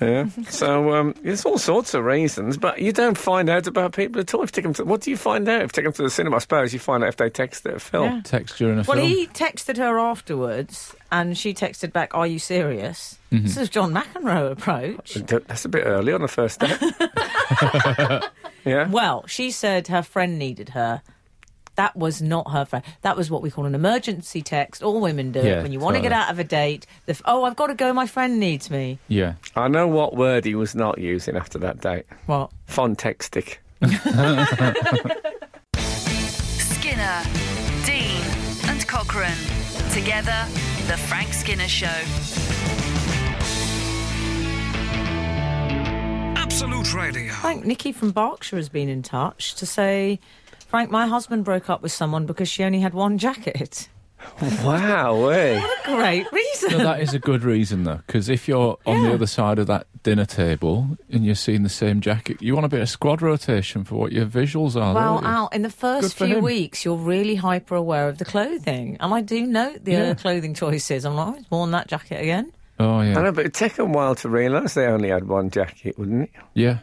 B: yeah. So um, there's all sorts of reasons, but you don't find out about people at all. If you take them to, what do you find out? If you take them to the cinema, I suppose you find out if they text at a film.
C: Yeah.
D: Texture in a
C: Well,
D: film.
C: he texted her afterwards, and she texted back, "Are you serious?"
D: Mm-hmm.
C: This is John McEnroe approach.
B: That's a bit early on the first date. yeah.
C: Well, she said her friend needed her. That was not her friend. That was what we call an emergency text. All women do
D: Yeah,
C: it when you want to get
D: totally.
C: out of a date. The f- oh, I've got to go. My friend needs me.
D: yeah.
B: I know what word he was not using after that date.
C: What?
B: Fontextic.
A: Skinner, Dean, and Cochrane. Together, The Frank Skinner Show.
E: Absolute Radio.
C: Frank, Nikki from Berkshire has been in touch to say, Frank, my husband broke up with someone because she only had one jacket. [LAUGHS]
B: Wow, eh?
C: Great reason.
D: No, that is a good reason though, because if you're on the
C: Yeah.
D: other side of that dinner table and you're seeing the same jacket, you want a bit of squad rotation for what your visuals are.
C: Well,
D: don't you?
C: Al, in the
D: Oh, Good
C: first
D: for
C: few
D: him.
C: weeks, you're really hyper aware of the clothing. And I do note the
D: Yeah.
C: other clothing choices. I'm like, oh, he's worn that jacket again.
D: oh
B: I
D: yeah,
B: know, but it'd take 'em a while to realise they only had one jacket, wouldn't it?
D: yeah.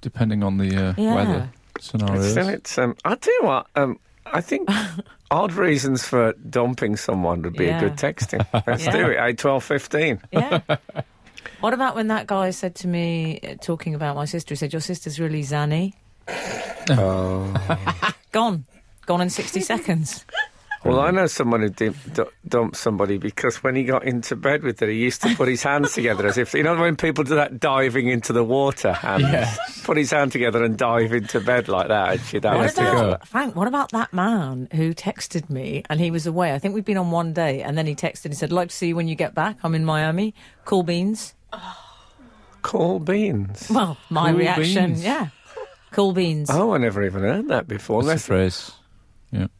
D: Depending on the uh,
C: Yeah.
D: weather scenarios.
B: Still, it's. Um, I tell you what. Um, I
C: [LAUGHS]
B: think odd reasons for dumping someone would be a
C: Yeah.
B: good texting. Let's
C: Yeah.
B: do it. Eight, twelve, fifteen.
C: Yeah. [LAUGHS] what about when that guy said to me, uh, talking about my sister, he said, Your sister's really zanny? Oh. [LAUGHS] Gone. Gone in 60
D: [LAUGHS]
C: seconds.
B: Well, I know someone who did, d- dumped somebody because when he got into bed with her, he used to put his hands together as if you know when people do that diving into the water hand. Put his hand together and dive into bed like that. And she that
C: What
B: was to go.
C: about, Frank, what about that man who texted me and he was away? I think we'd been on one day and then he texted and said, Like to see you when you get back. I'm in Miami. Cool beans.
B: Call beans.
C: Well, my
D: Cool
C: reaction,
D: beans.
C: yeah. Cool beans.
B: Oh, I never even heard that before.
D: That's
B: That's
D: the phrase.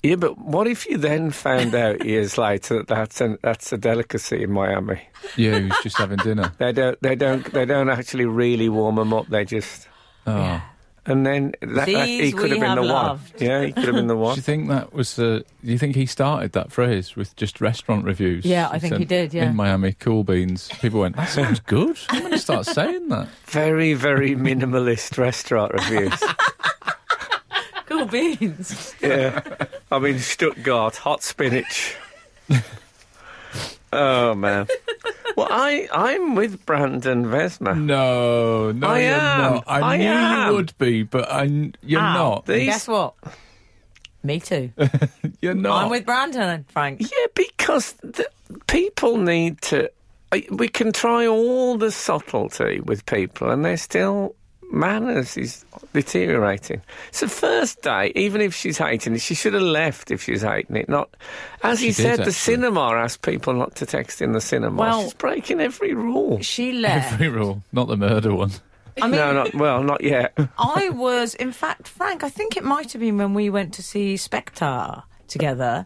B: yeah, but what if you then found out years [LAUGHS] later that that's an, that's a delicacy in Miami?
D: Yeah, he was just
C: [LAUGHS]
D: having dinner.
B: They don't. They don't. They don't actually really warm them up. They just.
D: Oh.
B: And then that, that- he
C: These
B: could
C: we
B: have been
C: have
B: the
C: loved.
B: one. Yeah, he could have been the
D: Do
B: one.
C: [LAUGHS]
D: you think that was the? Do you think he started that phrase with just restaurant reviews?
C: Yeah, I think he did, yeah.
D: in Miami, cool beans. People went, "That sounds good." I'm going to start saying that.
B: Very, very [LAUGHS] minimalist restaurant reviews.
C: Cool beans.
B: yeah. I mean, Stuttgart, hot
C: [LAUGHS]
B: spinach. oh, man. Well, I, I'm with Brandon Vesma.
D: [LAUGHS] No, no,
B: I
D: you're
B: am.
D: not. I,
B: I
D: knew
B: am.
D: you would be, but I, kn- you're
C: Al,
B: [LAUGHS]
D: not.
B: These-
C: Guess what? Me
B: [LAUGHS]
C: too.
D: You're not.
C: I'm with Brandon, Frank.
B: Yeah, because the, people need to. I- We can try all the subtlety with people, and they're still. Manners is deteriorating. So first day, even if she's hating it, she should have left if she's hating it. Not, as he
D: did,
B: said, the
D: actually.
B: cinema asked people not to text in the cinema.
C: Well-
B: she's breaking every rule. [LAUGHS]
C: She left.
D: Free rule, not the murder one.
C: I mean,
B: no, not well, not yet. [LAUGHS]
C: I was, in fact, Frank, I think it might have been when we went to see Spectre together.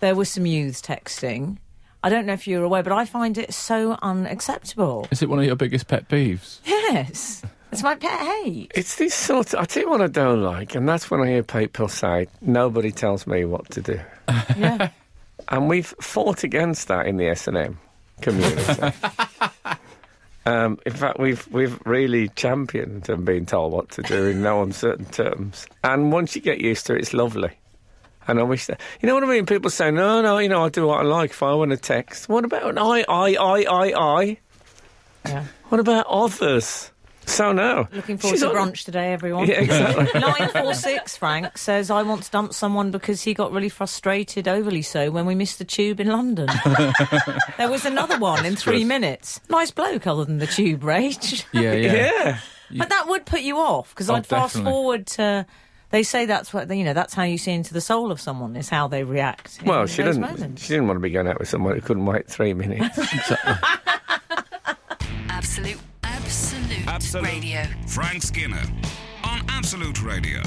C: There was some youths texting. I don't know if you were aware, but I find it so
B: [LAUGHS]
C: unacceptable.
D: Is it one of your biggest
C: [LAUGHS]
D: pet peeves?
C: Yes. It's my pet hate.
B: It's this sort of. I tell you what I don't like, and that's when I hear people say, "Nobody tells me what to do."
C: [LAUGHS] Yeah.
B: and we've fought against that in the S and M community.
C: [LAUGHS]
B: um, in fact, we've we've really championed and been told what to do in no uncertain terms. And once you get used to it, it's lovely. And I wish that you know what I mean. People say, "No, no, you know, I do what I like. If I want to text, what about an I, I, I, I, I?
C: yeah.
B: What about others?" So no,
C: Looking forward
B: She's
C: to
B: on-
C: brunch today,
B: [LAUGHS]
C: everyone.
B: Yeah, exactly.
C: 946 Frank says, I once dumped someone because he got really frustrated, overly so, when we missed the tube
B: [LAUGHS]
C: in London. there was another one in three
D: good.
C: minutes. Nice bloke, other than the
B: [LAUGHS]
C: tube rage. [LAUGHS]
D: Yeah,
B: yeah.
C: but that would put you off because
D: Oh,
C: I'd fast
D: definitely.
C: forward to. They say that's what you know. That's how you see into the soul of someone is how they react. in
B: Well, she
C: those
B: didn't.
C: moments.
B: She didn't want to be going out with someone who couldn't wait three minutes.
A: Absolute, absolute,
E: Absolute.
A: radio.
E: Frank Skinner on Absolute Radio.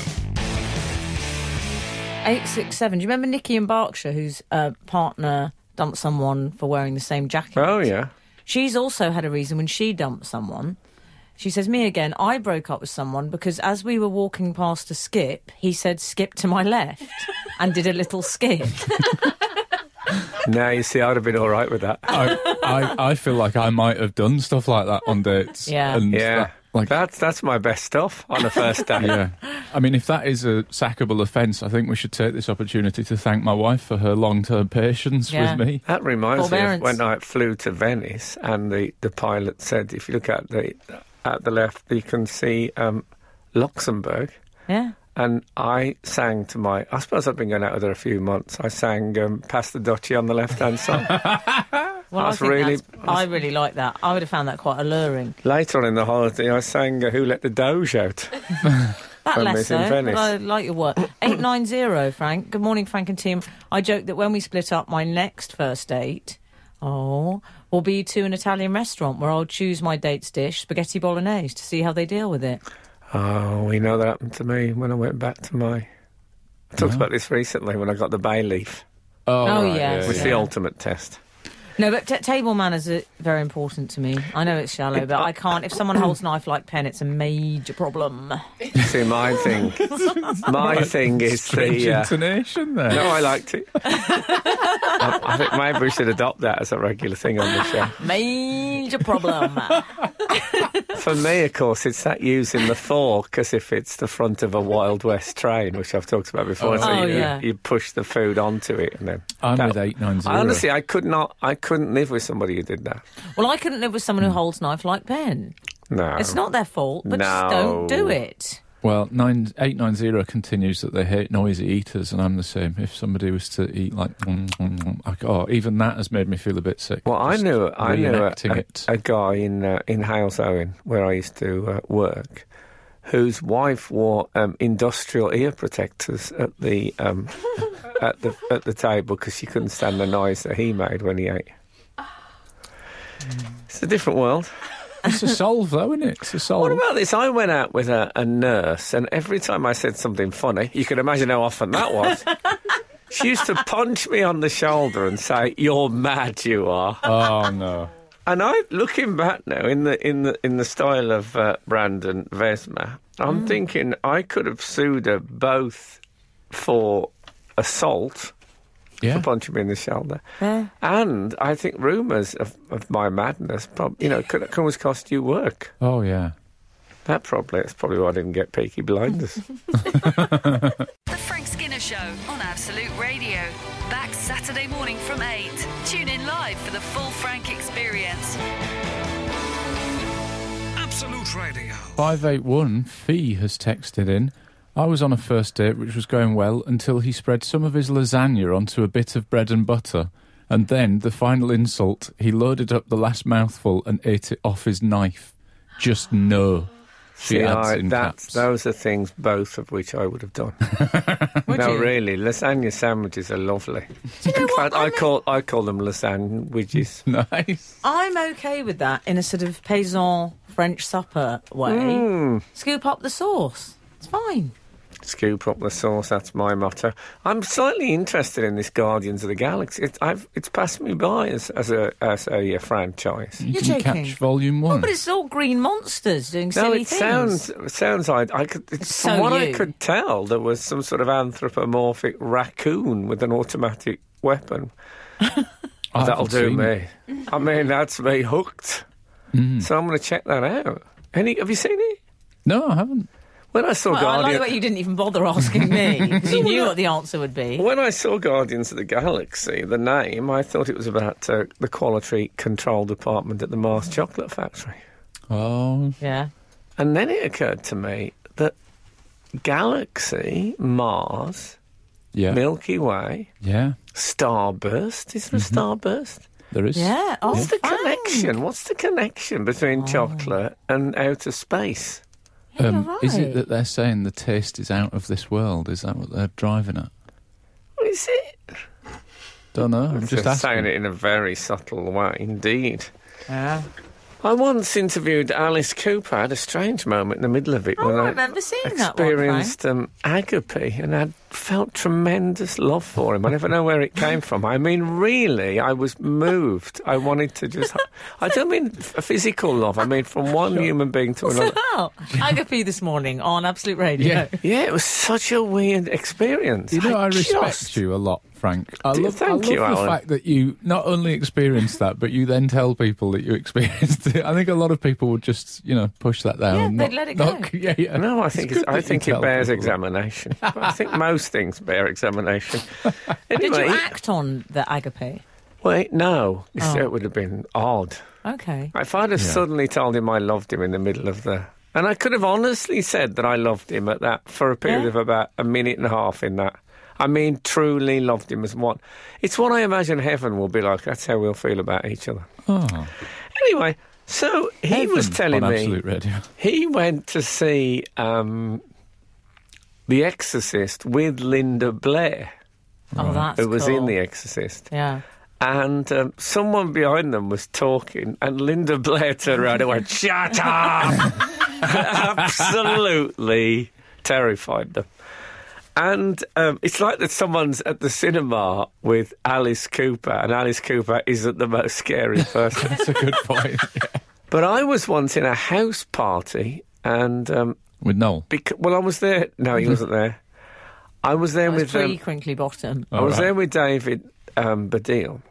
C: Eight six seven. Do you remember Nikki in Berkshire, whose uh, partner dumped someone for wearing the same jacket?
B: oh yeah.
C: She's also had a reason when she dumped someone. She says, Me again, I broke up with someone because as we were walking past a skip, he said, Skip to my left, [LAUGHS] and did a little skip.
B: Now you see, I'd have been all right with that.
D: I, I, I feel like I might have done stuff like that on dates.
C: Yeah.
D: and
B: Yeah,
D: that- like
B: that's that's my best stuff on a first date.
D: Yeah. I mean, if that is a sackable offence, I think we should take this opportunity to thank my wife for her long term patience
C: Yeah.
D: with me.
B: That reminds me of
C: Forbearance.
B: when I flew to Venice, and the, the pilot said, if you look at the at the left, you can see um, Luxembourg.
C: Yeah.
B: And I sang to my. I suppose I've been going out with her a few months. I sang um, "Pass the Dutchie" on the left hand side.
C: Well,
B: That's
C: I think
B: really-
C: that's- I really like that. I would have found that quite alluring.
B: Later on in the holiday, I sang uh, "Who Let the Doge Out."
C: That
B: When
C: less
B: it's in
C: so,
B: Venice.
C: but I like
B: [COUGHS]
C: your work. 890, Frank. Good morning, Frank and team. I joke that when we split up, my next first date, oh, will be to an Italian restaurant where I'll choose my date's dish, spaghetti bolognese, to see how they deal with it.
B: Oh, we know that happened to me when I went back to my. I talked about this recently when I got the bay leaf.
D: Oh,
C: Oh,
D: right,
C: yes,
D: yeah,
B: It's
C: yeah.
B: the ultimate test.
C: No, but t- table manners are very important to me. I know it's shallow, but I can't. If someone holds knife like pen, it's a major problem.
B: See, my thing, my thing is
D: Strange
B: the. Uh,
D: intonation there.
B: no, I liked it. I, I think maybe we should adopt that as a regular thing on the show.
C: Major problem.
B: For me, of course, it's that using the fork as if it's the front of a Wild West train, which I've talked about before. so
C: Oh,
B: you,
C: yeah.
B: you push the food onto it, and then
D: I'm
B: that-
D: with eight nine zero.
B: I honestly, I could not, I couldn't live with somebody who did that.
C: well, I couldn't live with someone who holds knife like pen.
B: No,
C: It's not their fault, but just don't
B: No.
C: do it.
D: Well, nine eight nine zero continues that they hate noisy eaters, and I'm the same. If somebody was to eat like, mm, mm, mm, I c- oh, even that has made me feel a bit sick.
B: Well, I
D: Just
B: knew I knew a,
D: reenacting
B: a- [LAUGHS]
D: it.
B: a guy in uh, in Hales Owen where I used to uh, work, whose wife wore um, industrial ear protectors at the
D: [LAUGHS]
B: um, at the at the table because she couldn't stand the noise that he made when he ate.
D: Ah.
B: It's a different world.
D: it's a solve, though, isn't it? It's a solve.
B: What about this? I went out with a, a nurse, and every time I said something funny, you can imagine how often that was. she used to punch me on the shoulder and say, "You're mad, you are."
D: oh no.
B: And I, looking back now, in the in the in the style of uh, Brandon Vesma, I'm thinking I could have sued her both for assault,
D: Yeah.
B: for punching me in the shoulder,
C: Yeah.
B: and I think rumours of, of my madness, prob- you know, could, could always cost you work.
D: Oh yeah.
B: That probably that's probably why I didn't get Peaky Blinders.
A: The Frank Skinner Show on Absolute Radio. Back Saturday morning from 8. Tune in live for the full Frank experience.
E: Absolute Radio.
D: 581 Fee has texted in. I was on a first date which was going well until he spread some of his lasagna onto a bit of bread and butter. And then, the final insult, he loaded up the last mouthful and ate it off his knife. Just no. She
B: Yeah,
D: adds
B: I-
D: in
B: that's-
D: caps.
B: those are things both of which I would have
D: [LAUGHS]
B: done. no,
C: you?
B: really, lasagna sandwiches are lovely. In fact, I call I call them lasagna widges.
D: [LAUGHS] Nice.
C: I'm okay with that in a sort of paysan French supper way.
B: Hmm.
C: Scoop up the sauce. It's fine.
B: Scoop up the sauce. That's my motto. I'm slightly interested in this Guardians of the Galaxy. It, I've, it's passed me by as, as a as a, uh, franchise.
D: You
C: You're
D: can
C: joking.
D: catch volume one.
C: But it's all green monsters doing
B: Hmm. No,
C: silly
B: it
C: things.
B: sounds it sounds. I, I could. It's
C: So
B: from what I
C: you.
B: could tell, there was some sort of anthropomorphic raccoon with an automatic weapon.
D: I
B: That'll
D: haven't
B: do
D: seen it. Mm.
B: me. I mean, that's me hooked. So I'm going to check that out. Any? Have you seen it?
D: No, I haven't.
B: When I saw
C: Well, I like
B: Guardians,
C: the way you didn't even bother
B: [LAUGHS]
C: asking me 'cause you knew what the answer would be.
B: when I saw Guardians of the Galaxy, the name, I thought it was about uh, the quality control department at the Mars Chocolate Factory.
D: Oh,
C: Yeah.
B: And then it occurred to me that Galaxy, Mars,
D: yeah.
B: Milky Way,
D: Yeah,
B: Starburst. Is there
D: Mm-hmm.
B: a Starburst?
D: there is.
C: Yeah. Oh,
B: What's the
C: Frank.
B: connection? What's the connection
D: Oh.
B: between chocolate and outer space?
C: Yeah,
D: Um,
C: you're
D: Is
C: right.
D: it that they're saying the taste is out of this world? Is that what they're driving at?
B: Is it?
D: Don't know. I'm just
B: Just
D: asking.
B: saying it in a very subtle way, indeed.
C: Yeah.
B: I once interviewed Alice Cooper. I had a strange moment in the middle of it
C: Oh,
D: uh,
B: when
C: I
B: I
C: remember seeing that one. Frank.
B: experienced um, agape, and I felt tremendous love for him. I never know where it came from. I mean, really, I was moved. I wanted to just. I don't mean f- physical love. I mean from one human being to another.
C: [LAUGHS]
D: [LAUGHS]
C: Oh, Agape this morning on Absolute Radio.
D: Yeah.
B: Yeah, it was such a weird experience.
D: You know, I, respect
B: just-
D: you a lot, Frank. I
B: Do-
D: love, I
B: thank
D: love
B: you,
D: the
B: Alan.
D: fact that you not only experienced that, but you then tell people that you [LAUGHS] experienced it. I think a lot of people would just, you know, push that down.
C: Yeah,
D: and
C: they'd let it
D: not- [LAUGHS] yeah, yeah.
B: No, I think it's
D: good
B: I
D: that you
B: think it
D: tell
B: bears
D: people. [LAUGHS]
B: examination. I think most things bear examination.
C: Did
B: Anyway,
C: you act on the Agape?
B: wait, no, It's-
C: Oh.
B: it would have been odd
C: Okay.
D: Oh,
B: if I'd have suddenly told him I loved him in the middle of the. And I could have honestly said that I loved him at that for a period
C: Yeah.
B: of about a minute and a half. In that, I mean, truly loved him as one. It's what I imagine heaven will be like. That's how we'll feel about each other.
D: Oh,
B: Anyway, so he was
D: heaven
B: telling
D: on
B: me.
D: Absolute Radio.
B: He went to see um, The Exorcist with Linda Blair,
C: Oh, that's
B: who was
C: cool.
B: in The Exorcist.
C: Yeah.
B: And um, someone behind them was talking, and Linda Blair turned around and went, Shut [LAUGHS] up! Absolutely terrified them. And um, it's like that someone's at the cinema with Alice Cooper, and Alice Cooper isn't the most scary person.
C: [LAUGHS]
D: That's a good
B: [LAUGHS]
D: point. Yeah.
B: but I was once in a house party, and um,
D: With Noel.
B: bec- well, I was there. No, he wasn't there. I was there
C: That was
B: with um,
C: pre crinkly bottom.
B: I was
D: All right.
B: there with David um, Badil,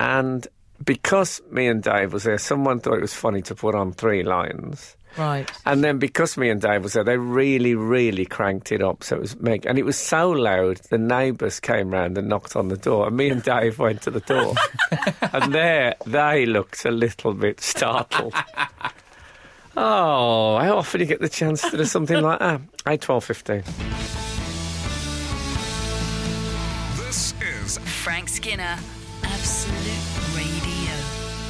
B: and because me and Dave was there, someone thought it was funny to put on three lions.
C: Right.
B: And then because me and Dave was there, they really, really cranked it up. So it was meg, and it was so loud the neighbours came round and knocked on the door, and me and Dave went to the
D: [LAUGHS]
B: door, and there they looked a little bit
D: [LAUGHS]
B: startled. Oh, how often you get the chance to do something like that? I twelve fifteen.
E: This is
A: Frank Skinner, Absolute Radio.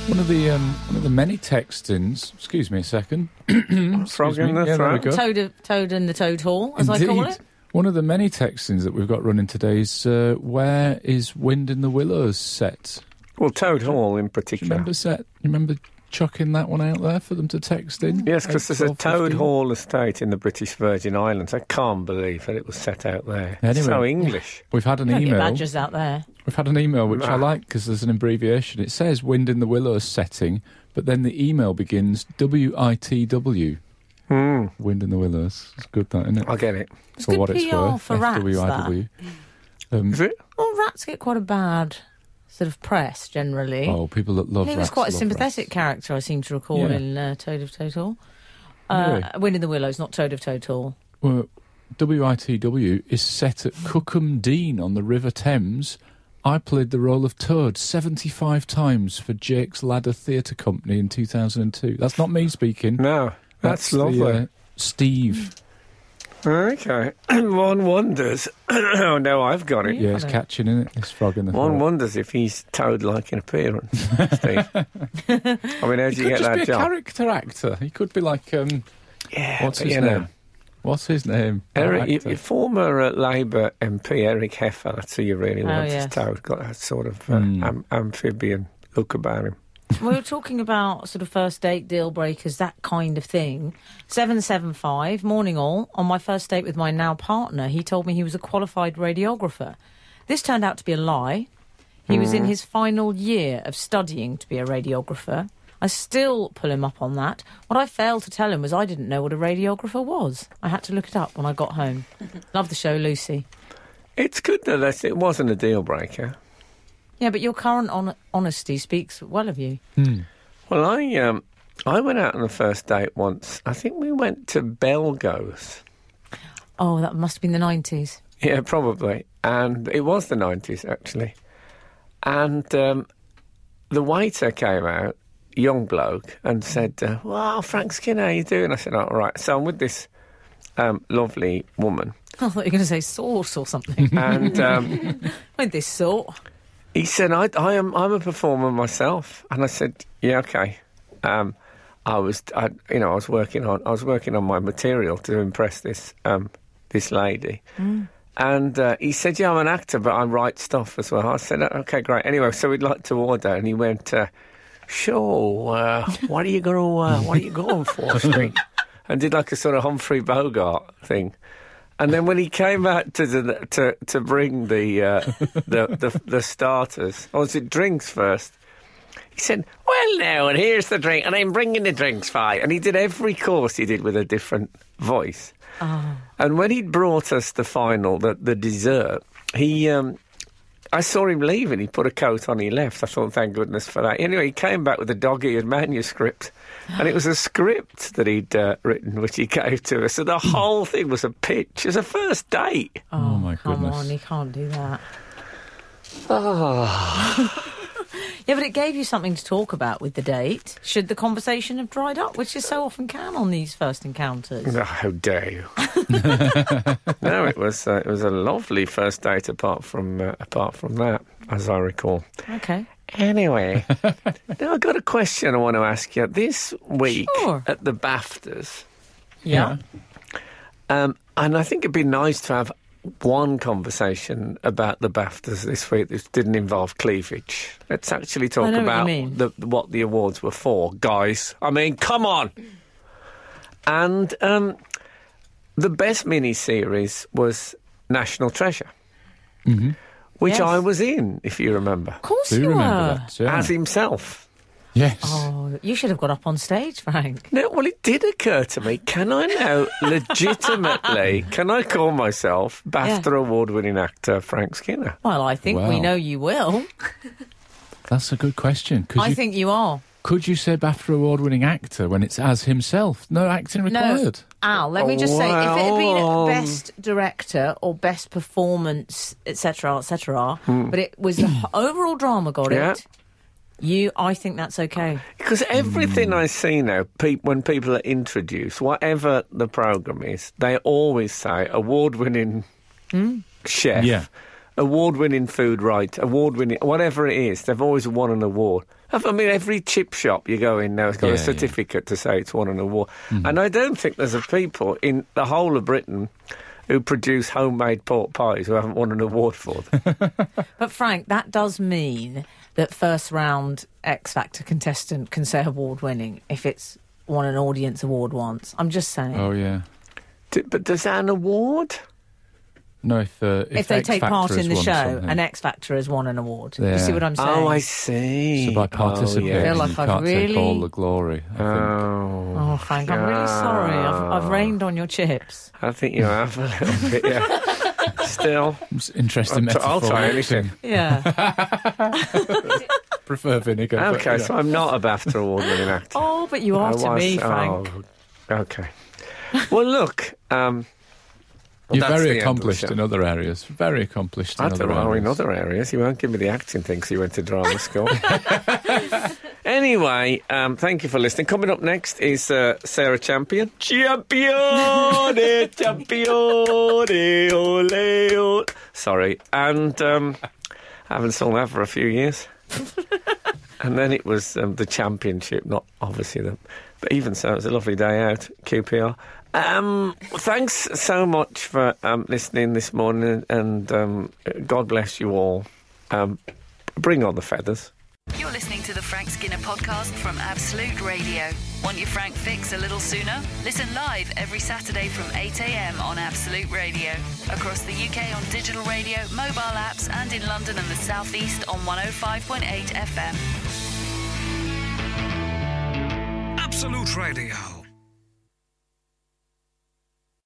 D: One of the um, one of the many textins. Excuse me a second. Excuse
B: Frog in
D: me.
B: the
D: yeah, there we
B: throat.
D: go.
C: Toad, of- toad in the toad hall, as I call
D: Indeed.
C: it.
D: One of the many textins that we've got running today is uh, where is Wind in the Willows set?
B: Well, Toad Hall in
D: Do
B: particular.
D: you remember set? You remember chucking that one out there for them to text in?
B: Yes, because
D: Eight,
B: there's a
D: 12,
B: Toad
D: 15.
B: Hall estate in the British Virgin Islands. I can't believe that it was set out there.
D: Anyway.
B: So English.
D: We've had an
C: Don't get
D: email.
C: badgers out there.
D: We've had an email which I
B: Ah.
D: like because there's an abbreviation. It says Wind in the Willows setting, but then the email begins W I T W.
B: Hmm.
D: Wind in the Willows. It's good, that isn't it?
B: I get it.
C: It's good PR for rats. That.
D: FWIW. Um,
B: Is it?
C: Well, rats get quite a bad sort of press generally.
D: oh, people that love
C: he was
D: rats
C: quite a
D: love
C: sympathetic
D: rats.
C: character, I seem to recall,
D: Yeah.
C: in uh, Toad of Toad Hall. Uh,
D: Really?
C: Wind in the Willows, not Toad of Toad Hall.
D: Well, WITW is set at Cookham Dean on the River Thames. I played the role of Toad 75 times for Jake's Ladder Theatre Company in 2002. That's not me speaking.
B: No, that's,
D: the,
B: lovely.
D: uh, Steve.
B: Okay. [CLEARS THROAT] One wonders. [CLEARS THROAT] oh, no, I've got it.
D: Yeah, it's catching in it. This frog in the
B: One
D: throat.
B: wonders if he's toad like in
D: [LAUGHS]
B: appearance, Steve. I mean, how do
D: He
B: you
D: could
B: get
D: just
B: that
D: be a
B: job?
D: character actor. He could be like, um,
B: Yeah,
D: what's
B: but,
D: his
B: you
D: name?
B: know,
D: What's his name?
B: Eric,
D: Actor.
B: your, your former uh, Labour MP, Eric Heffer, that's who you really
C: Oh,
B: want
C: yes.
B: as toad. Got that sort of uh,
D: Mm.
B: am- amphibian look about him.
C: we were talking about sort of first date deal breakers, that kind of thing. 775, morning all. On my first date with my now partner, he told me he was a qualified radiographer. This turned out to be a lie. He was in his final year of studying to be a radiographer. I still pull him up on that. What I failed to tell him was I didn't know what a radiographer was. I had to look it up when I got home. Love the show, Lucy.
B: It's good that that's- it wasn't a deal breaker.
C: Yeah, but your current on- honesty speaks well of you.
B: Well, I um, I went out on a first date once. I think we went to Belgo's.
C: Oh, that must have been the 90s.
B: Yeah, probably. And it was the nineties actually. And um, the waiter came out, young bloke, and said, uh, "Wow, Frank Skinner, how you doing?" I said, "Oh, "All right." So I'm with this um, lovely woman,
C: [LAUGHS] I thought you were going to say sauce or something.
D: [LAUGHS]
B: and. Um,
C: With this sort.
B: He said, I, I am, I'm a performer myself. And I said, yeah, okay. Um, I was, I, you know, I was working on, I was working on my material to impress this, um, this lady. And uh, he said, yeah, I'm an actor, but I write stuff as well. I said, "Oh, okay, great. Anyway, so we'd like to order. And he went, uh, sure, uh, what are you going to, uh, what are you going for, Steve? And did like a sort of Humphrey Bogart thing. And then when he came out to the, to to bring the, uh, the the the starters, or was it drinks first? He said, "Well, now, and here's the drink, and I'm bringing the drinks for you." And he did every course he did with a different voice. And when he brought us the final, the the dessert, he. Um, I saw him leaving. He put a coat on. He left. I thought, thank goodness for that. Anyway, he came back with a dog-eared manuscript, and it was a script that he'd uh, written, which he [LAUGHS] gave to us. So the whole thing was a pitch. It was a first date.
C: Oh,
D: my
C: come
D: goodness.
C: on, you can't do that.
D: Ah.
C: [LAUGHS] yeah, but it gave you something to talk about with the date, should the conversation have dried up, which is so often can on these first encounters.
B: Oh, how dare you? no, it was uh, it was a lovely first date. Apart from uh, apart from that, as I recall.
C: Okay.
B: Anyway, [LAUGHS] now I've got a question I want to ask you. This week
C: Sure.
B: at the BAFTAs,
D: Yeah.
B: um, and I think it'd be nice to have one conversation about the BAFTAs this week that didn't involve cleavage. Let's actually talk
C: know what you
B: about
C: mean.
B: the, what the awards were for, guys. I mean, come on. And um, the best miniseries was National Treasure, which
C: Yes.
B: I was in, if you remember,
C: Of course
D: Do
C: you
D: remember
C: were.
D: that? Yeah.
B: as himself.
D: yes.
C: Oh, you should have got up on stage, Frank.
B: No, well, it did occur to me. Can I now legitimately? Can I call myself BAFTA award-winning actor Frank Skinner?
C: Well, I think
D: Wow.
C: we know you will.
D: That's a good question. Could
C: I
D: you,
C: think you are.
D: could you say BAFTA award winning actor when it's as himself? No acting required.
C: Al, let me just say, if it had
B: Wow.
C: been best director or best performance, etc., etc.,
D: Hmm.
C: but it was the
D: [CLEARS THROAT]
C: h- overall drama got
B: Yeah.
C: it. You, I think that's okay.
B: Because
D: Hmm.
B: everything I see now, peop when people are introduced, whatever the program is, they always say award-winning chef,
D: Yeah.
B: award-winning food writer, award-winning whatever it is. They've always won an award. I mean, every chip shop you go in now has got
D: Yeah, Mm-hmm.
B: a
D: yeah.
B: certificate to say it's won an award. And I don't think there's a people in the whole of Britain who produce homemade pork pies who haven't won an award for
D: [LAUGHS]
B: them.
C: But Frank, that does mean that first round X Factor contestant can say award winning if it's won an audience award once. I'm just saying.
D: Oh, yeah.
B: D- but does that an award?
D: No, if, uh, if,
C: if, they
D: X
C: take
D: Factor
C: part
D: has
C: in the
D: won
C: show,
D: something.
C: an X Factor has won an award. You see
D: Yeah.
C: what I'm saying?
B: Oh, I see.
D: So
B: Oh,
D: by
B: yeah.
D: participating,
C: Feel like
D: you
C: I've
D: can't take all
C: really-
D: the glory. I think.
B: Oh.
C: Oh, Frank, I'm really sorry. I've, I've rained on your
D: [LAUGHS]
C: chips.
B: I think you have a little bit, yeah.
C: [LAUGHS]
B: Still,
D: It's interesting
B: I'll, t- I'll
D: metaphor.
B: try
D: I
B: anything.
C: Yeah.
D: [LAUGHS] Prefer vinegar. but,
B: Okay,
D: you
B: so
D: know.
B: I'm not a BAFTA award-winning actor.
C: oh, but you
B: I
C: are to
B: was-
C: me, Frank.
B: oh, okay. Well, look, um,
D: you're
B: that's the end
D: very
B: of the
D: accomplished
B: show.
D: in other areas. Very accomplished in
B: I
D: other
B: don't know
D: areas.
B: in other areas. You won't give me the acting thing because you went to
D: [LAUGHS]
B: drama school. anyway, um, thank you for listening. Coming up next is uh, Sarah Champion.
D: [LAUGHS]
B: Champione, champione, eh, ole, ole. Sorry, and um, I haven't sung that for a few years. and then it was um, the championship, not obviously the. But even so, it was a lovely day out, QPR. Um, thanks so much for um, listening this morning, and um, God bless you all. Um, bring on the feathers.
A: You're listening to the Frank Skinner podcast from Absolute Radio. Want your Frank fix a little sooner? Listen live every Saturday from 8 a.m. on Absolute Radio. Across the UK on digital radio, mobile apps, and in London and the South East on 105.8 FM.
E: Absolute Radio.